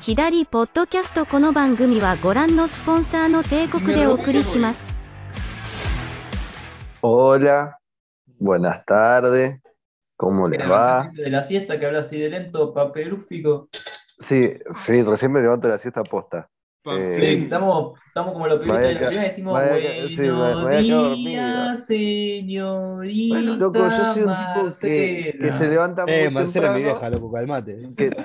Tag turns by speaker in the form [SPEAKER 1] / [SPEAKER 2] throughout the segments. [SPEAKER 1] 左ポッドキャストこの番組はご覧のスポンサーの帝国でお送りします
[SPEAKER 2] Hola, buenas tardes, ¿cómo les va?
[SPEAKER 3] De la siesta que habla así de lento, papelúfico.
[SPEAKER 2] Sí, sí, recién me levanto de la siesta posta. Eh,
[SPEAKER 3] Sí, estamos, estamos como los pibitos
[SPEAKER 2] Vaya
[SPEAKER 3] de la
[SPEAKER 2] que-
[SPEAKER 3] primera decimos,
[SPEAKER 2] vaya que-
[SPEAKER 3] buenos
[SPEAKER 2] sí, vaya- vaya que dormida".
[SPEAKER 3] días, señorita
[SPEAKER 2] Bueno, loco, yo soy un tipo que,
[SPEAKER 3] Marcela.
[SPEAKER 2] que se levanta muy
[SPEAKER 4] Eh, Marcela es mi
[SPEAKER 2] temprano,
[SPEAKER 4] vieja, loco, calmate.
[SPEAKER 2] que-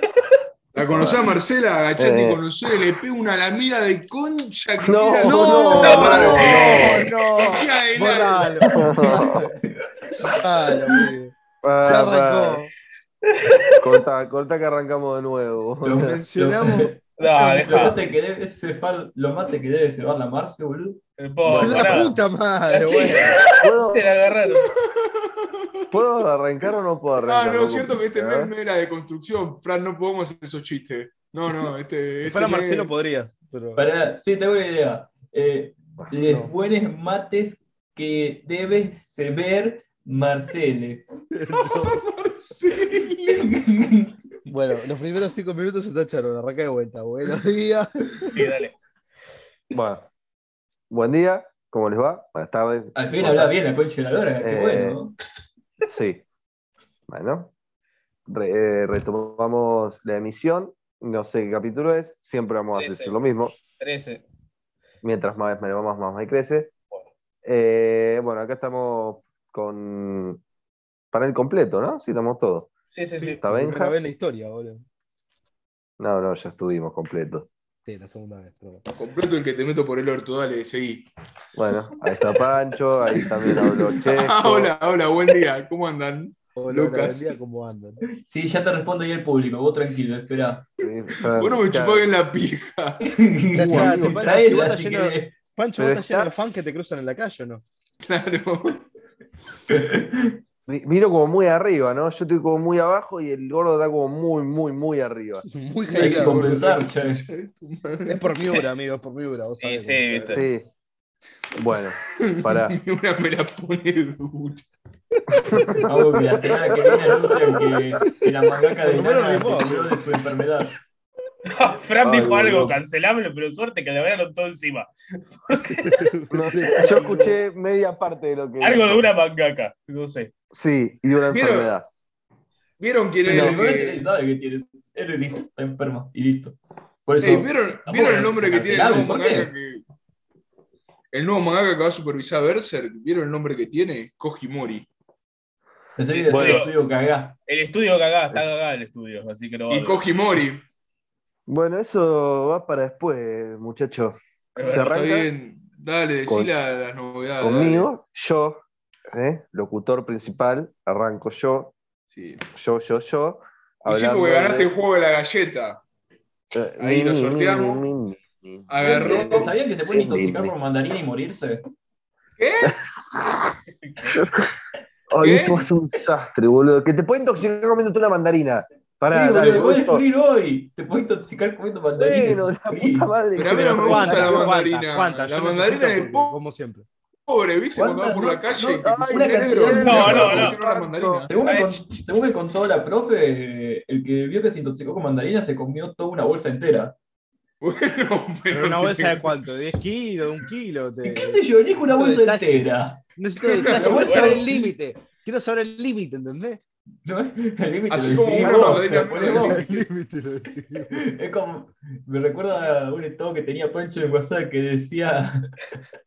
[SPEAKER 5] La conocés a Marcela, agachate
[SPEAKER 2] Eh.
[SPEAKER 5] y conocé, le pego una lamida de concha que
[SPEAKER 2] No,
[SPEAKER 5] mira,
[SPEAKER 2] no,
[SPEAKER 5] no,
[SPEAKER 2] no,
[SPEAKER 5] pará, eh,
[SPEAKER 4] no.
[SPEAKER 5] tía de la-
[SPEAKER 4] Borralo. Borralo, pibe. Ya
[SPEAKER 2] Ah,
[SPEAKER 4] arrancó.
[SPEAKER 2] pa, corta, corta que arrancamos de nuevo.
[SPEAKER 4] Lo mencionamos.
[SPEAKER 6] No,
[SPEAKER 3] Los
[SPEAKER 6] deja.
[SPEAKER 3] mates que debe cebar, los mates que debe cebar la Marce, boludo.
[SPEAKER 6] El pobre,
[SPEAKER 4] La
[SPEAKER 6] pará.
[SPEAKER 4] puta madre,
[SPEAKER 6] Sí,
[SPEAKER 4] güey.
[SPEAKER 2] ¿Puedo,
[SPEAKER 6] Se la agarraron.
[SPEAKER 2] puedo arrancar o no puedo
[SPEAKER 5] Ah,
[SPEAKER 2] arrancar?
[SPEAKER 5] no, es cierto que este
[SPEAKER 2] ¿Ah?
[SPEAKER 5] mes era de construcción, Fran, no podemos hacer esos chistes. No, no, este.
[SPEAKER 4] Si
[SPEAKER 5] este
[SPEAKER 4] fuera
[SPEAKER 5] mes-
[SPEAKER 4] Marcelo podría. Pero...
[SPEAKER 3] Para, sí, tengo una idea. Eh, los
[SPEAKER 4] no.
[SPEAKER 3] buenos mates que debe cebar Marcele.
[SPEAKER 5] Marcela.
[SPEAKER 4] Bueno, los primeros cinco minutos se tacharon. Arranca de vuelta. Buenos días.
[SPEAKER 6] Sí, dale.
[SPEAKER 2] Bueno, buen día, ¿cómo les va? Buenas tardes.
[SPEAKER 3] Al fin
[SPEAKER 2] Buenas
[SPEAKER 3] habla bien la concha de la lora, qué
[SPEAKER 2] Eh,
[SPEAKER 3] bueno. ¿no?
[SPEAKER 2] Sí. Bueno, re- eh, retomamos la emisión. No sé qué capítulo es, siempre vamos a
[SPEAKER 6] Trece.
[SPEAKER 2] decir lo mismo.
[SPEAKER 6] 13.
[SPEAKER 2] Mientras más me vamos, más me crece. Eh, bueno, acá estamos con panel completo, ¿no? Sí, estamos todos.
[SPEAKER 6] Sí, sí, sí.
[SPEAKER 2] ¿Está Benja?
[SPEAKER 4] Primera vez en la historia, boludo.
[SPEAKER 2] No, no, ya estuvimos completo.
[SPEAKER 4] Sí, la segunda vez. Pero...
[SPEAKER 5] Completo el que te meto por el orto, dale, seguí.
[SPEAKER 2] Bueno, ahí está Pancho, ahí también habló
[SPEAKER 5] Ah,
[SPEAKER 2] Checo.
[SPEAKER 5] hola, hola, buen día, ¿cómo andan?
[SPEAKER 4] Hola, hola,
[SPEAKER 5] Lucas.
[SPEAKER 4] buen día, ¿cómo andan?
[SPEAKER 3] Sí, ya te responde ahí el público, vos tranquilo, espera.
[SPEAKER 2] Sí, Fer,
[SPEAKER 5] Bueno, me
[SPEAKER 2] claro.
[SPEAKER 5] chupó bien la pija.
[SPEAKER 4] está,
[SPEAKER 3] Traela,
[SPEAKER 4] Pancho, si vos estás
[SPEAKER 3] si
[SPEAKER 4] lleno
[SPEAKER 3] querés.
[SPEAKER 4] Pancho,
[SPEAKER 2] Pero
[SPEAKER 4] ¿vos estás lleno de
[SPEAKER 2] estás-
[SPEAKER 4] fans que te cruzan en la calle o no?
[SPEAKER 5] Claro.
[SPEAKER 2] Mi- Miro como muy arriba, ¿no? Yo estoy como muy abajo y el gordo está como muy, muy, muy arriba.
[SPEAKER 4] Muy
[SPEAKER 3] Hay que
[SPEAKER 4] genial.
[SPEAKER 3] compensar, che.
[SPEAKER 5] Tu madre.
[SPEAKER 4] Es por miura, amigo, es por miura. Vos
[SPEAKER 6] Sí,
[SPEAKER 4] sabés.
[SPEAKER 6] sí, viste.
[SPEAKER 2] Sí. Bueno, pará.
[SPEAKER 5] Ni Una me la pone dura.
[SPEAKER 3] Vamos, que la semana que viene anuncian que, que la mangaka de
[SPEAKER 4] Por lo menos
[SPEAKER 3] Nana se
[SPEAKER 4] rimó.
[SPEAKER 3] curó de su enfermedad.
[SPEAKER 6] Fran
[SPEAKER 2] Ay,
[SPEAKER 6] dijo algo
[SPEAKER 2] boludo.
[SPEAKER 6] cancelable, pero suerte que le agarraron todo encima.
[SPEAKER 2] No, yo escuché media parte de lo que.
[SPEAKER 6] Algo de una mangaka. No sé.
[SPEAKER 2] Sí, y de una
[SPEAKER 5] ¿Vieron?
[SPEAKER 2] enfermedad.
[SPEAKER 5] ¿Vieron quién
[SPEAKER 3] Pero
[SPEAKER 5] era
[SPEAKER 3] el
[SPEAKER 5] el
[SPEAKER 3] gordo
[SPEAKER 5] que-
[SPEAKER 3] tiene- sabe que tiene. Él le dice, está enfermo y listo. Por eso.
[SPEAKER 5] Ey, ¿vieron,
[SPEAKER 3] Tampoco
[SPEAKER 5] vieron
[SPEAKER 3] es
[SPEAKER 5] el nombre que tiene el
[SPEAKER 3] cancelable,
[SPEAKER 5] nuevo
[SPEAKER 3] ¿por qué?
[SPEAKER 5] mangaka que. El nuevo mangaka que va a supervisar Berserk, ¿vieron el nombre que tiene? Kojimori.
[SPEAKER 3] en serio,
[SPEAKER 2] Bueno.
[SPEAKER 3] bueno. estudio cagá.
[SPEAKER 6] El estudio cagá, está cagá el estudio, así que no va a
[SPEAKER 5] Y Kojimori.
[SPEAKER 2] Bueno, eso va para después, muchachos.
[SPEAKER 6] haber.
[SPEAKER 2] se arranca
[SPEAKER 5] Está bien. Dale, decí
[SPEAKER 2] Con-
[SPEAKER 5] la- las novedades. dale.
[SPEAKER 2] Conmigo, yo, ¿eh? locutor principal, arranco yo,
[SPEAKER 5] Sí.
[SPEAKER 2] yo, yo, yo.
[SPEAKER 5] Y sí, porque
[SPEAKER 2] hablando
[SPEAKER 5] ganaste
[SPEAKER 2] de-
[SPEAKER 5] el juego de la galleta.
[SPEAKER 2] Eh,
[SPEAKER 5] Ahí lo
[SPEAKER 2] ni, ni, ni,
[SPEAKER 5] sorteamos.
[SPEAKER 2] ni, ni, ni, ni.
[SPEAKER 5] Agarró.
[SPEAKER 3] ¿Sabían que se
[SPEAKER 2] Sí,
[SPEAKER 3] puede intoxicar
[SPEAKER 2] ni-
[SPEAKER 3] por mandarina y morirse?
[SPEAKER 5] ¿Qué?
[SPEAKER 2] Ay,
[SPEAKER 5] ¿Qué?
[SPEAKER 2] esto es un desastre, boludo. Que te puede intoxicar comiéndote una mandarina. Pará,
[SPEAKER 3] sí, boludo,
[SPEAKER 2] dale,
[SPEAKER 3] lo voy a
[SPEAKER 2] vos-
[SPEAKER 3] descubrir hoy. Te puedes intoxicar comiendo mandarina.
[SPEAKER 2] Bueno, la puta madre.
[SPEAKER 5] Pero
[SPEAKER 2] que
[SPEAKER 5] a mí no me gusta
[SPEAKER 2] arranca.
[SPEAKER 5] la
[SPEAKER 4] ¿Cuántas?
[SPEAKER 5] mandarina.
[SPEAKER 4] ¿Cuántas?
[SPEAKER 5] La
[SPEAKER 4] Yo
[SPEAKER 5] mandarina
[SPEAKER 4] necesito
[SPEAKER 5] de
[SPEAKER 4] porque,
[SPEAKER 5] po-
[SPEAKER 4] Como siempre.
[SPEAKER 5] Pobre, ¿viste? Cuando
[SPEAKER 2] ¿Cuántas?
[SPEAKER 5] vas por la
[SPEAKER 2] No,
[SPEAKER 5] calle. y
[SPEAKER 2] no,
[SPEAKER 5] te
[SPEAKER 2] ay,
[SPEAKER 5] fuiste
[SPEAKER 2] la
[SPEAKER 5] negro.
[SPEAKER 2] canción.
[SPEAKER 6] No, no, no.
[SPEAKER 5] Porque tiene una mandarina.
[SPEAKER 3] Según me,
[SPEAKER 6] Ay,
[SPEAKER 3] con-
[SPEAKER 6] ch-
[SPEAKER 3] según me contó la profe, el que vio que se intoxicó con mandarina se comió toda una bolsa entera.
[SPEAKER 5] Bueno, pero.
[SPEAKER 4] Pero una
[SPEAKER 5] si te-
[SPEAKER 4] bolsa de cuánto? ¿De 10 kilos? ¿De un kilo?
[SPEAKER 3] ¿Y
[SPEAKER 4] Te...
[SPEAKER 3] qué sé yo? Elijo una
[SPEAKER 4] Eh, Esto
[SPEAKER 3] bolsa
[SPEAKER 4] detalle.
[SPEAKER 3] entera.
[SPEAKER 4] Necesito detalles,
[SPEAKER 3] Bueno.
[SPEAKER 4] quiero saber el límite. Quiero saber el límite, ¿entendés?
[SPEAKER 3] ¿No? El límite
[SPEAKER 5] Así
[SPEAKER 3] lo
[SPEAKER 5] como
[SPEAKER 3] decidís
[SPEAKER 5] una
[SPEAKER 3] vos,
[SPEAKER 5] mandarina
[SPEAKER 3] lo ponés
[SPEAKER 5] por
[SPEAKER 3] vos.
[SPEAKER 4] El límite lo decimos.
[SPEAKER 3] Es como, me recuerda a un estado que tenía Pancho en WhatsApp que decía: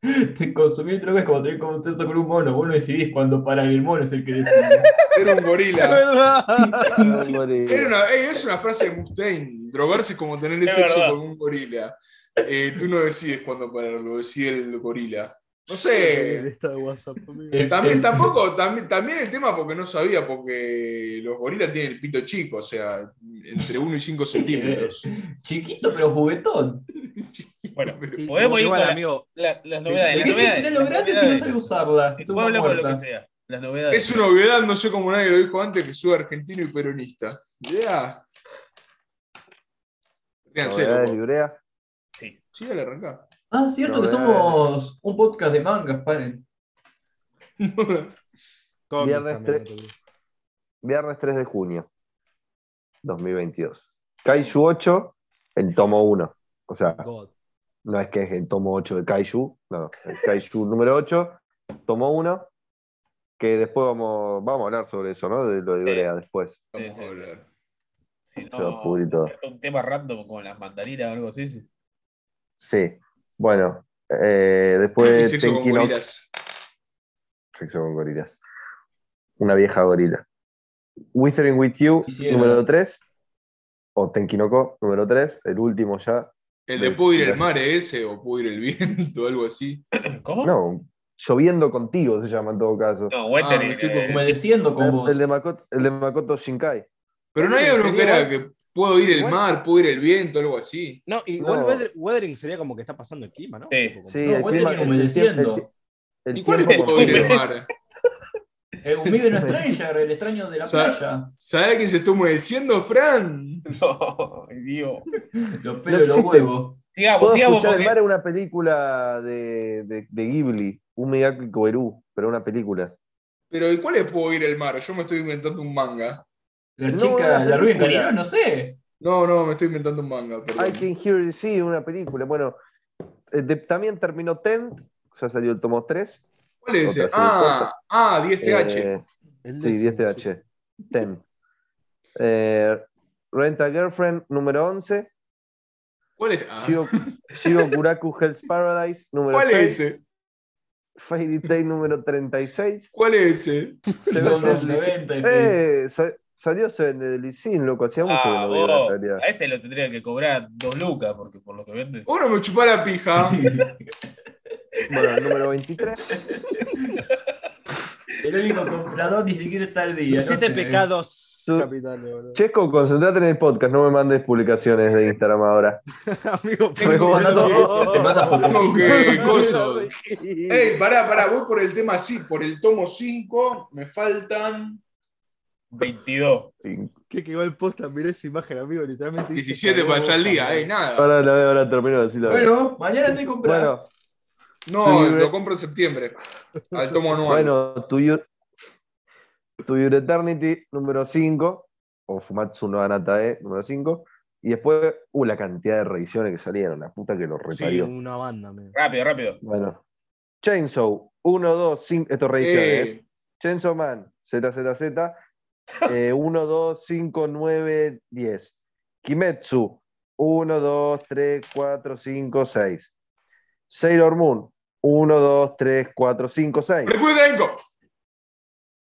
[SPEAKER 3] "Te- consumir drogas es como tener consenso con un mono. Vos no decidís cuando parar, el mono es el que decide.
[SPEAKER 5] Era un
[SPEAKER 4] Es
[SPEAKER 5] gorila.
[SPEAKER 4] verdad.
[SPEAKER 2] Ay, boludo.
[SPEAKER 5] Era una, ey, es una frase de Mustaine. Drogarse es como tener
[SPEAKER 6] Es
[SPEAKER 5] sexo
[SPEAKER 6] verdad.
[SPEAKER 5] con un gorila. Eh, tú no decides cuándo pararlo, decide el gorila. No sé.
[SPEAKER 4] Está de WhatsApp. amigo.
[SPEAKER 3] El-
[SPEAKER 5] También,
[SPEAKER 3] el-
[SPEAKER 5] tampoco, también, también el tema porque no sabía, porque los gorilas tienen el pito chico, o sea, entre 1 y 5 centímetros.
[SPEAKER 3] Chiquito pero juguetón.
[SPEAKER 6] Bueno,
[SPEAKER 4] Y-
[SPEAKER 6] podemos ir
[SPEAKER 4] Igual,
[SPEAKER 6] con la-
[SPEAKER 4] amigo.
[SPEAKER 6] la- las novedades.
[SPEAKER 3] ¿De
[SPEAKER 6] Las
[SPEAKER 3] qué tenés
[SPEAKER 6] novedades.
[SPEAKER 3] lo
[SPEAKER 6] las
[SPEAKER 3] grande si no
[SPEAKER 6] novedades.
[SPEAKER 3] sabes usarla?
[SPEAKER 6] Sí,
[SPEAKER 3] Es una
[SPEAKER 6] podemos hablar con lo que
[SPEAKER 3] muerta.
[SPEAKER 6] sea. Las novedades.
[SPEAKER 5] Es una novedad, no sé cómo nadie lo dijo antes, que soy argentino y peronista. Ya. Ríanse,
[SPEAKER 2] Novedades
[SPEAKER 5] loco.
[SPEAKER 2] librea.
[SPEAKER 6] Sí.
[SPEAKER 5] Sí, dale, arrancá.
[SPEAKER 3] Ah, es cierto que
[SPEAKER 2] Novedades.
[SPEAKER 3] somos un podcast de mangas, paren.
[SPEAKER 4] cómics
[SPEAKER 2] Viernes
[SPEAKER 4] también,
[SPEAKER 2] tres.
[SPEAKER 4] no te olvides.
[SPEAKER 2] Viernes 3 de junio 2022. Kaiju 8, El tomo 1. O sea,
[SPEAKER 4] God.
[SPEAKER 2] no es que es el tomo 8 de Kaiju, no, el Kaiju número 8, tomo 1, que después vamos, vamos a hablar sobre eso, ¿no? De lo de
[SPEAKER 6] Sí.
[SPEAKER 2] Gorea después.
[SPEAKER 5] Vamos
[SPEAKER 6] Sí,
[SPEAKER 5] a
[SPEAKER 6] sí, sí.
[SPEAKER 5] hablar.
[SPEAKER 6] Si
[SPEAKER 2] Se va a
[SPEAKER 6] no,
[SPEAKER 2] pudrir todo.
[SPEAKER 6] un tema random con las mandarinas o algo así. sí.
[SPEAKER 2] Sí, bueno, eh,
[SPEAKER 5] El
[SPEAKER 2] después
[SPEAKER 5] sexo con
[SPEAKER 2] Tenki no-
[SPEAKER 5] gorilas.
[SPEAKER 2] sexo con gorilas. Una vieja gorila. Withering with You,
[SPEAKER 3] Quisiera.
[SPEAKER 2] número 3, o Tenkinoko, número 3, el último ya.
[SPEAKER 5] El de pudo ir el mar ese, o pudo ir el viento, algo así.
[SPEAKER 6] ¿Cómo?
[SPEAKER 2] No, lloviendo contigo se llama en todo caso.
[SPEAKER 6] ¿Eh? No, Wetter
[SPEAKER 5] Ah,
[SPEAKER 6] y-
[SPEAKER 5] estoy
[SPEAKER 6] eh,
[SPEAKER 3] Humedeciendo con
[SPEAKER 2] El,
[SPEAKER 3] vos.
[SPEAKER 2] el de Makoto, el de Makoto Shinkai.
[SPEAKER 5] Pero no hay uno que era que puedo ir el
[SPEAKER 4] Igual-
[SPEAKER 5] mar, puedo ir el viento, algo así.
[SPEAKER 4] No, igual
[SPEAKER 2] No.
[SPEAKER 4] weather- Weathering sería como que está pasando el clima, ¿no?
[SPEAKER 6] Sí.
[SPEAKER 4] Tipo, como-
[SPEAKER 2] Sí,
[SPEAKER 3] No,
[SPEAKER 2] el
[SPEAKER 3] vos
[SPEAKER 2] clima-
[SPEAKER 3] tenés
[SPEAKER 2] el- el-
[SPEAKER 3] humedeciendo.
[SPEAKER 2] el- el
[SPEAKER 5] ¿Y cuál es
[SPEAKER 2] tiempo
[SPEAKER 5] puedo ir el
[SPEAKER 2] contigo.
[SPEAKER 5] mar?
[SPEAKER 3] Eh, humilde una estrella, el extraño de la
[SPEAKER 5] O sea,
[SPEAKER 3] playa.
[SPEAKER 5] ¿Sabés quién se está humedeciendo, Fran?
[SPEAKER 6] No, Dios.
[SPEAKER 3] Los pelos y los
[SPEAKER 2] existe.
[SPEAKER 3] huevos.
[SPEAKER 6] Sigamos,
[SPEAKER 2] Puedo escuchar
[SPEAKER 6] sigamos.
[SPEAKER 2] el
[SPEAKER 6] porque-
[SPEAKER 2] mar es una película de, de, de Ghibli, un Miyake Koeru, pero una película.
[SPEAKER 5] Pero ¿y cuál es puedo ir el mar? Yo me estoy inventando un manga.
[SPEAKER 3] La
[SPEAKER 2] No,
[SPEAKER 3] chica,
[SPEAKER 2] la
[SPEAKER 3] la rubia en
[SPEAKER 2] película.
[SPEAKER 3] Cariló, no sé.
[SPEAKER 5] No, no, me estoy inventando un manga, perdón.
[SPEAKER 2] I Can Hear You, sí, una película. Bueno, eh, de- también terminó Tent, ya salió el tomo 3.
[SPEAKER 5] ¿Cuál es ese?
[SPEAKER 2] Otra
[SPEAKER 5] Ah, ah, 10TH.
[SPEAKER 2] Eh,
[SPEAKER 4] El
[SPEAKER 2] sí,
[SPEAKER 4] décimo,
[SPEAKER 2] 10TH. Tent. Eh, Renta Girlfriend, número 11.
[SPEAKER 5] ¿Cuál es? Ah,
[SPEAKER 2] Shiro, Shiro Kuraku Hell's Paradise, número
[SPEAKER 5] ¿Cuál es
[SPEAKER 2] 6.
[SPEAKER 5] ese?
[SPEAKER 2] Fade Detail, número 36.
[SPEAKER 5] ¿Cuál es ese?
[SPEAKER 2] Seven
[SPEAKER 3] Los
[SPEAKER 2] Deadly
[SPEAKER 3] 90 y pico.
[SPEAKER 2] Eh, sa- salió Seven Deadly Sin, loco, hacía mucho
[SPEAKER 6] Ah,
[SPEAKER 2] que no veía la
[SPEAKER 6] vos,
[SPEAKER 2] salida.
[SPEAKER 6] a ese lo tendría que cobrar dos lucas porque por lo que vende.
[SPEAKER 5] Uno me chupá la pija.
[SPEAKER 2] Bueno, el número 23.
[SPEAKER 3] El único comprador ni siquiera está al día.
[SPEAKER 4] Los
[SPEAKER 3] no
[SPEAKER 4] siete
[SPEAKER 3] sé.
[SPEAKER 4] pecados
[SPEAKER 2] Su-
[SPEAKER 4] capitales, boludo.
[SPEAKER 2] Chesco, concentrate en el podcast, no me mandes publicaciones de Instagram ahora.
[SPEAKER 4] Amigo,
[SPEAKER 5] Tengo
[SPEAKER 4] pero-
[SPEAKER 5] un
[SPEAKER 2] Rebotando.
[SPEAKER 3] Te manda
[SPEAKER 5] Tengo
[SPEAKER 3] fotos.
[SPEAKER 5] que coso. Ey, pará, pará, voy por el tema sí, por el tomo 5. Me faltan
[SPEAKER 6] 22.
[SPEAKER 4] Que quedó el posta, miré esa imagen, amigo, literalmente. dice,
[SPEAKER 5] 17 para allá al día, eh, ey, nada.
[SPEAKER 2] Ahora la veo, ahora termino de decirlo.
[SPEAKER 3] Bueno, mañana estoy comprando.
[SPEAKER 2] bueno,
[SPEAKER 5] No,
[SPEAKER 2] Sí,
[SPEAKER 5] lo compro en septiembre. Al tomo 9.
[SPEAKER 2] bueno, To Your, To Your Eternity, número 5, o Fumatsu no Anatae, número 5. Y después, uh, la cantidad de revisiones que salieron, la puta que los
[SPEAKER 4] Sí,
[SPEAKER 2] reparió.
[SPEAKER 4] una banda, amigo.
[SPEAKER 6] Rápido, rápido.
[SPEAKER 2] Bueno, Chainsaw, 1, 2, 5, esto es revisiones, ¿eh? Chainsaw Man, ZZZ, eh, 1, 2, 5, 9, 10. Kimetsu, 1, 2, 3, 4, 5, 6. Sailor Moon, 1, 2, 3, 4, 5, 6.
[SPEAKER 5] Recuerda, Enco.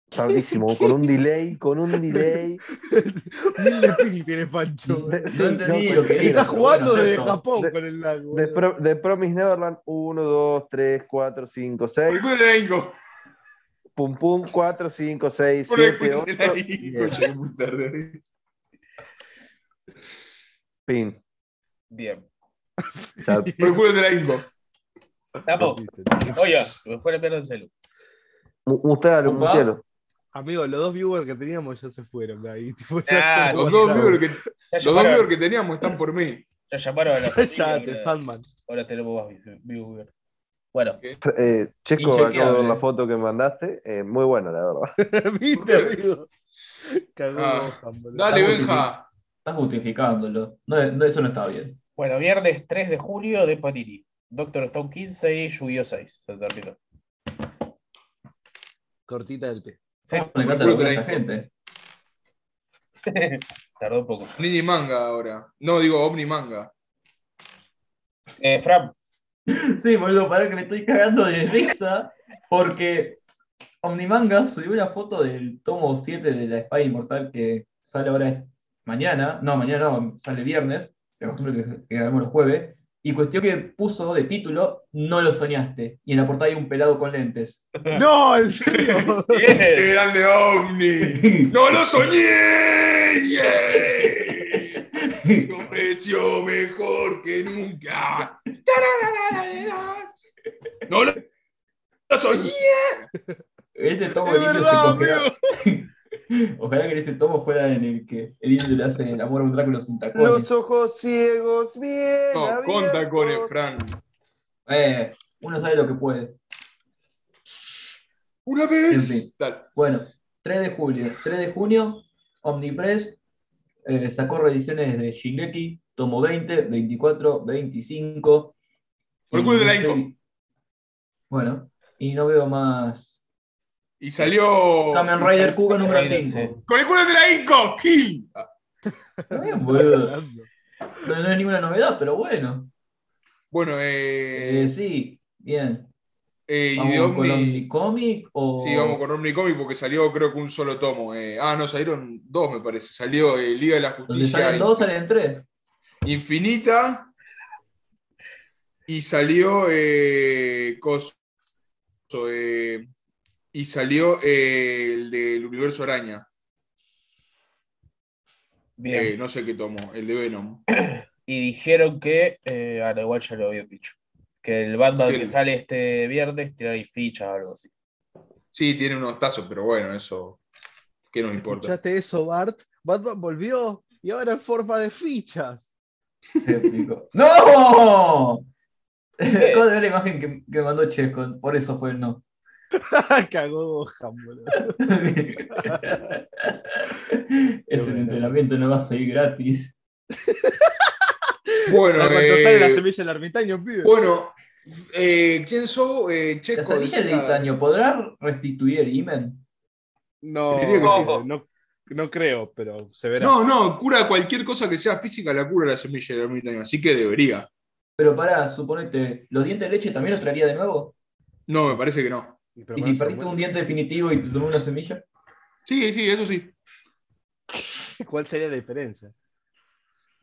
[SPEAKER 2] Tardísimo, con un delay, con un delay.
[SPEAKER 4] Mil de ping tiene Pancho.
[SPEAKER 2] De- sí,
[SPEAKER 3] no entendí
[SPEAKER 2] no,
[SPEAKER 3] lo que
[SPEAKER 2] porque-
[SPEAKER 3] digo,
[SPEAKER 4] Está
[SPEAKER 3] pero
[SPEAKER 4] jugando
[SPEAKER 3] bueno,
[SPEAKER 4] desde
[SPEAKER 3] acepto.
[SPEAKER 4] Japón
[SPEAKER 2] De-
[SPEAKER 4] con el lag, boludo.
[SPEAKER 2] The, Pro- The Promised Neverland, 1, 2, 3, 4, 5, 6.
[SPEAKER 5] Recuerda, Enco.
[SPEAKER 2] Pum Pum, 4, 5, 6, 7, 8.
[SPEAKER 5] Recuerda, Enco. Llegué muy tarde.
[SPEAKER 2] Fin.
[SPEAKER 6] Bien.
[SPEAKER 2] Chao.
[SPEAKER 5] Recuerda, Enco.
[SPEAKER 6] Estamos. Oye, se me fue la mierda el celu.
[SPEAKER 2] Mu- Mutealo,
[SPEAKER 3] Opa.
[SPEAKER 2] mutealo.
[SPEAKER 4] Amigo, los dos viewers que teníamos ya se fueron. ahí, tipo,
[SPEAKER 6] Ah,
[SPEAKER 4] ya,
[SPEAKER 5] Los dos viewers que,
[SPEAKER 6] Ya
[SPEAKER 5] los dos
[SPEAKER 6] llamaron,
[SPEAKER 5] viewers que teníamos están por mí.
[SPEAKER 6] ya llamaron a la familia,
[SPEAKER 4] Cállate,
[SPEAKER 6] ahora,
[SPEAKER 4] Sandman.
[SPEAKER 6] ahora tenemos más vi- viewer. Bueno,
[SPEAKER 2] Eh, Checo,
[SPEAKER 3] Inchequeable.
[SPEAKER 2] acabo de ver la foto que mandaste. eh, muy buena, la verdad.
[SPEAKER 4] ¿Viste, amigo? Cagó.
[SPEAKER 5] Ah,
[SPEAKER 4] Sandman, boludo.
[SPEAKER 5] Dale,
[SPEAKER 3] Estamos
[SPEAKER 5] Benja.
[SPEAKER 3] Estás justificándolo. No, no, eso no está bien.
[SPEAKER 6] bueno, viernes 3 de julio de Panini. Doctor Stone 15 y Yu-Gi-Oh 6. Se terminó.
[SPEAKER 4] Cortita del pie.
[SPEAKER 6] Sí,
[SPEAKER 3] ¿Cómo le encanta la
[SPEAKER 5] Recuerdo
[SPEAKER 3] buena
[SPEAKER 5] la
[SPEAKER 3] esta gente?
[SPEAKER 6] tardó un poco.
[SPEAKER 5] Nini Manga ahora. No, digo Omni Manga.
[SPEAKER 6] Eh, Fran,
[SPEAKER 3] Sí, boludo, pará que me estoy cagando de risa porque Omnimanga subió una foto del tomo 7 de la Espada Inmortal que sale ahora es- mañana. No, mañana no, sale viernes. Te acostumbro que, que grabemos los jueves. Y cuestión que puso de título, no lo soñaste. Y en la portada hay un pelado con lentes.
[SPEAKER 4] No, en serio.
[SPEAKER 5] ¡Qué
[SPEAKER 6] bien.
[SPEAKER 5] grande Omni!
[SPEAKER 3] Este
[SPEAKER 5] ¡No lo soñé! ¡Yeah! Me ofreció mejor que nunca. ¡Tararararara! ¡No lo, lo soñé!
[SPEAKER 3] Este tomo
[SPEAKER 4] Es
[SPEAKER 3] de Lirio
[SPEAKER 4] verdad,
[SPEAKER 3] Ojalá que ese tomo fuera en el que el indio le hace el amor a un Drácula sin tacones.
[SPEAKER 2] Los ojos ciegos, bien.
[SPEAKER 5] No, con
[SPEAKER 2] abiertos.
[SPEAKER 5] tacones, Fran.
[SPEAKER 3] Eh, uno sabe lo que puede.
[SPEAKER 5] Una vez.
[SPEAKER 3] En fin.
[SPEAKER 5] Dale.
[SPEAKER 3] Bueno, 3 de julio. 3 de junio, Omnipress. eh, sacó reediciones de Shingeki, tomo 20, 24, 25.
[SPEAKER 5] Por
[SPEAKER 3] Y
[SPEAKER 5] culo
[SPEAKER 3] no
[SPEAKER 5] de la
[SPEAKER 3] sé-
[SPEAKER 5] Inco.
[SPEAKER 3] Bueno, y no veo más.
[SPEAKER 5] Y salió.
[SPEAKER 3] Kamen Rider Kuga número
[SPEAKER 6] Rider,
[SPEAKER 3] 5.
[SPEAKER 5] ¡Con el culo de la Inco! ¡Gil!
[SPEAKER 3] No, no es ninguna novedad, pero bueno.
[SPEAKER 5] Bueno,
[SPEAKER 3] Eh,
[SPEAKER 5] eh.
[SPEAKER 3] sí, bien.
[SPEAKER 5] eh, y de
[SPEAKER 3] ¿Vamos con
[SPEAKER 5] Omni.
[SPEAKER 3] Omnicomic o...?
[SPEAKER 5] Sí, vamos con Omni Comic porque salió creo que un solo tomo. eh. Ah, no, salieron dos, me parece. Salió eh, Liga de la
[SPEAKER 3] Donde
[SPEAKER 5] Justicia
[SPEAKER 3] salen dos, salen tres.
[SPEAKER 5] Infinita y salió eh, coso, eh, y salió eh, el del Universo Araña.
[SPEAKER 6] Bien.
[SPEAKER 5] Eh, no sé qué tomó, el de Venom.
[SPEAKER 6] y dijeron que, eh, a lo igual ya lo habían dicho, que el Batman
[SPEAKER 5] Tiene-
[SPEAKER 6] que sale este viernes tiene fichas o algo así.
[SPEAKER 5] Sí, tiene unos tazos, pero bueno, eso. ¿Qué nos importa?
[SPEAKER 4] ¿Escuchaste eso, Bart? Batman volvió y ahora en forma de fichas.
[SPEAKER 3] ¡No! Acabo de ver la imagen que, que mandó Chesco, por eso fue el no.
[SPEAKER 4] Cagó Gohan, boludo.
[SPEAKER 3] Ese
[SPEAKER 4] bueno.
[SPEAKER 3] entrenamiento no va a salir gratis.
[SPEAKER 5] Bueno,
[SPEAKER 4] Cuando
[SPEAKER 5] eh,
[SPEAKER 4] sale la semilla del ermitaño, pibe.
[SPEAKER 5] bueno eh, ¿quién sos? Eh,
[SPEAKER 3] La
[SPEAKER 5] Checo.
[SPEAKER 3] semilla del
[SPEAKER 5] decía-
[SPEAKER 3] ermitaño, ¿podrá restituir el imen?
[SPEAKER 4] No,
[SPEAKER 5] Te diría que sí.
[SPEAKER 4] no, no creo, pero se verá.
[SPEAKER 5] No, no, cura cualquier cosa que sea física, la cura la semilla del ermitaño, así que debería.
[SPEAKER 3] Pero pará, suponete, ¿los dientes de leche también los traería de nuevo?
[SPEAKER 5] No, me parece que no.
[SPEAKER 4] Pero
[SPEAKER 3] ¿Y
[SPEAKER 4] bueno,
[SPEAKER 3] si
[SPEAKER 4] se
[SPEAKER 3] perdiste
[SPEAKER 4] muere.
[SPEAKER 3] un diente definitivo y te tomó una semilla?
[SPEAKER 5] Sí, sí, eso sí.
[SPEAKER 4] ¿Cuál sería la diferencia?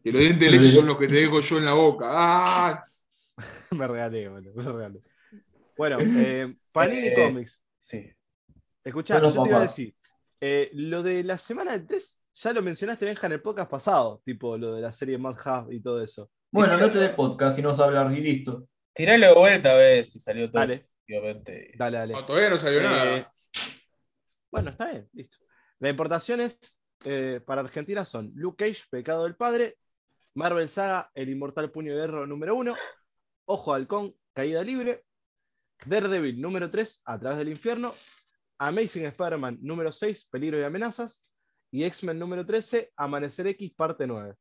[SPEAKER 5] Y los dientes de leche son los que te dejo yo en la boca. ¡Ah!
[SPEAKER 4] Me regalé, boludo, me regalé. Bueno, eh, Panini
[SPEAKER 6] Eh,
[SPEAKER 4] Comics.
[SPEAKER 6] Sí.
[SPEAKER 4] Escuchá,
[SPEAKER 3] Son
[SPEAKER 4] yo
[SPEAKER 3] los
[SPEAKER 4] te iba a
[SPEAKER 3] papás.
[SPEAKER 4] decir. eh, lo de la semana del 3, ya lo mencionaste, Benja, en el podcast pasado, tipo lo de la serie Mad Hub y todo eso.
[SPEAKER 3] Bueno, no te des podcast y no vas a hablar y listo.
[SPEAKER 6] Tirale de vuelta a ver si salió todo.
[SPEAKER 4] Dale,
[SPEAKER 6] efectivamente.
[SPEAKER 4] dale, dale.
[SPEAKER 5] No, todavía no salió
[SPEAKER 4] Eh,
[SPEAKER 5] nada.
[SPEAKER 4] bueno, está bien, listo. Las importaciones eh, para Argentina son Luke Cage, Pecado del Padre, Marvel Saga, El Inmortal Puño de Hierro número 1, Ojo de Halcón, Caída Libre, Daredevil número 3, A través del infierno, Amazing Spider-Man número 6, Peligro y amenazas, y X-Men número 13, Amanecer X parte 9.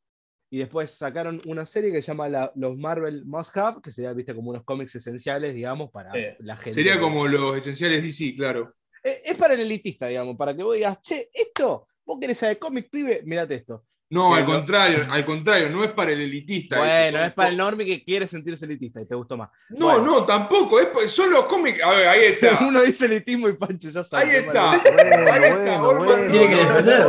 [SPEAKER 4] Y después sacaron una serie que se llama la- los Marvel Must Have, que sería, viste, como unos cómics esenciales, digamos, para
[SPEAKER 6] Sí.
[SPEAKER 4] la gente.
[SPEAKER 5] Sería como los esenciales DC, claro.
[SPEAKER 4] Eh, Es para el elitista, digamos, para que vos digas, che, esto, vos querés saber cómic, pibe, mirate esto.
[SPEAKER 5] No, al
[SPEAKER 4] Pero-
[SPEAKER 5] contrario, al contrario, no es para el elitista. eso,
[SPEAKER 4] bueno,
[SPEAKER 5] son-
[SPEAKER 4] es para el normie que quiere sentirse elitista y te gustó más.
[SPEAKER 5] No,
[SPEAKER 4] bueno.
[SPEAKER 5] no, tampoco. Es pa- Son los cómics. A ver, ahí está.
[SPEAKER 4] Uno dice elitismo y Pancho ya sabe.
[SPEAKER 5] Ahí está.
[SPEAKER 4] eh,
[SPEAKER 2] Bueno,
[SPEAKER 5] Ahí está,
[SPEAKER 2] bueno,
[SPEAKER 5] Orban,
[SPEAKER 2] bueno,
[SPEAKER 3] Tiene que defender.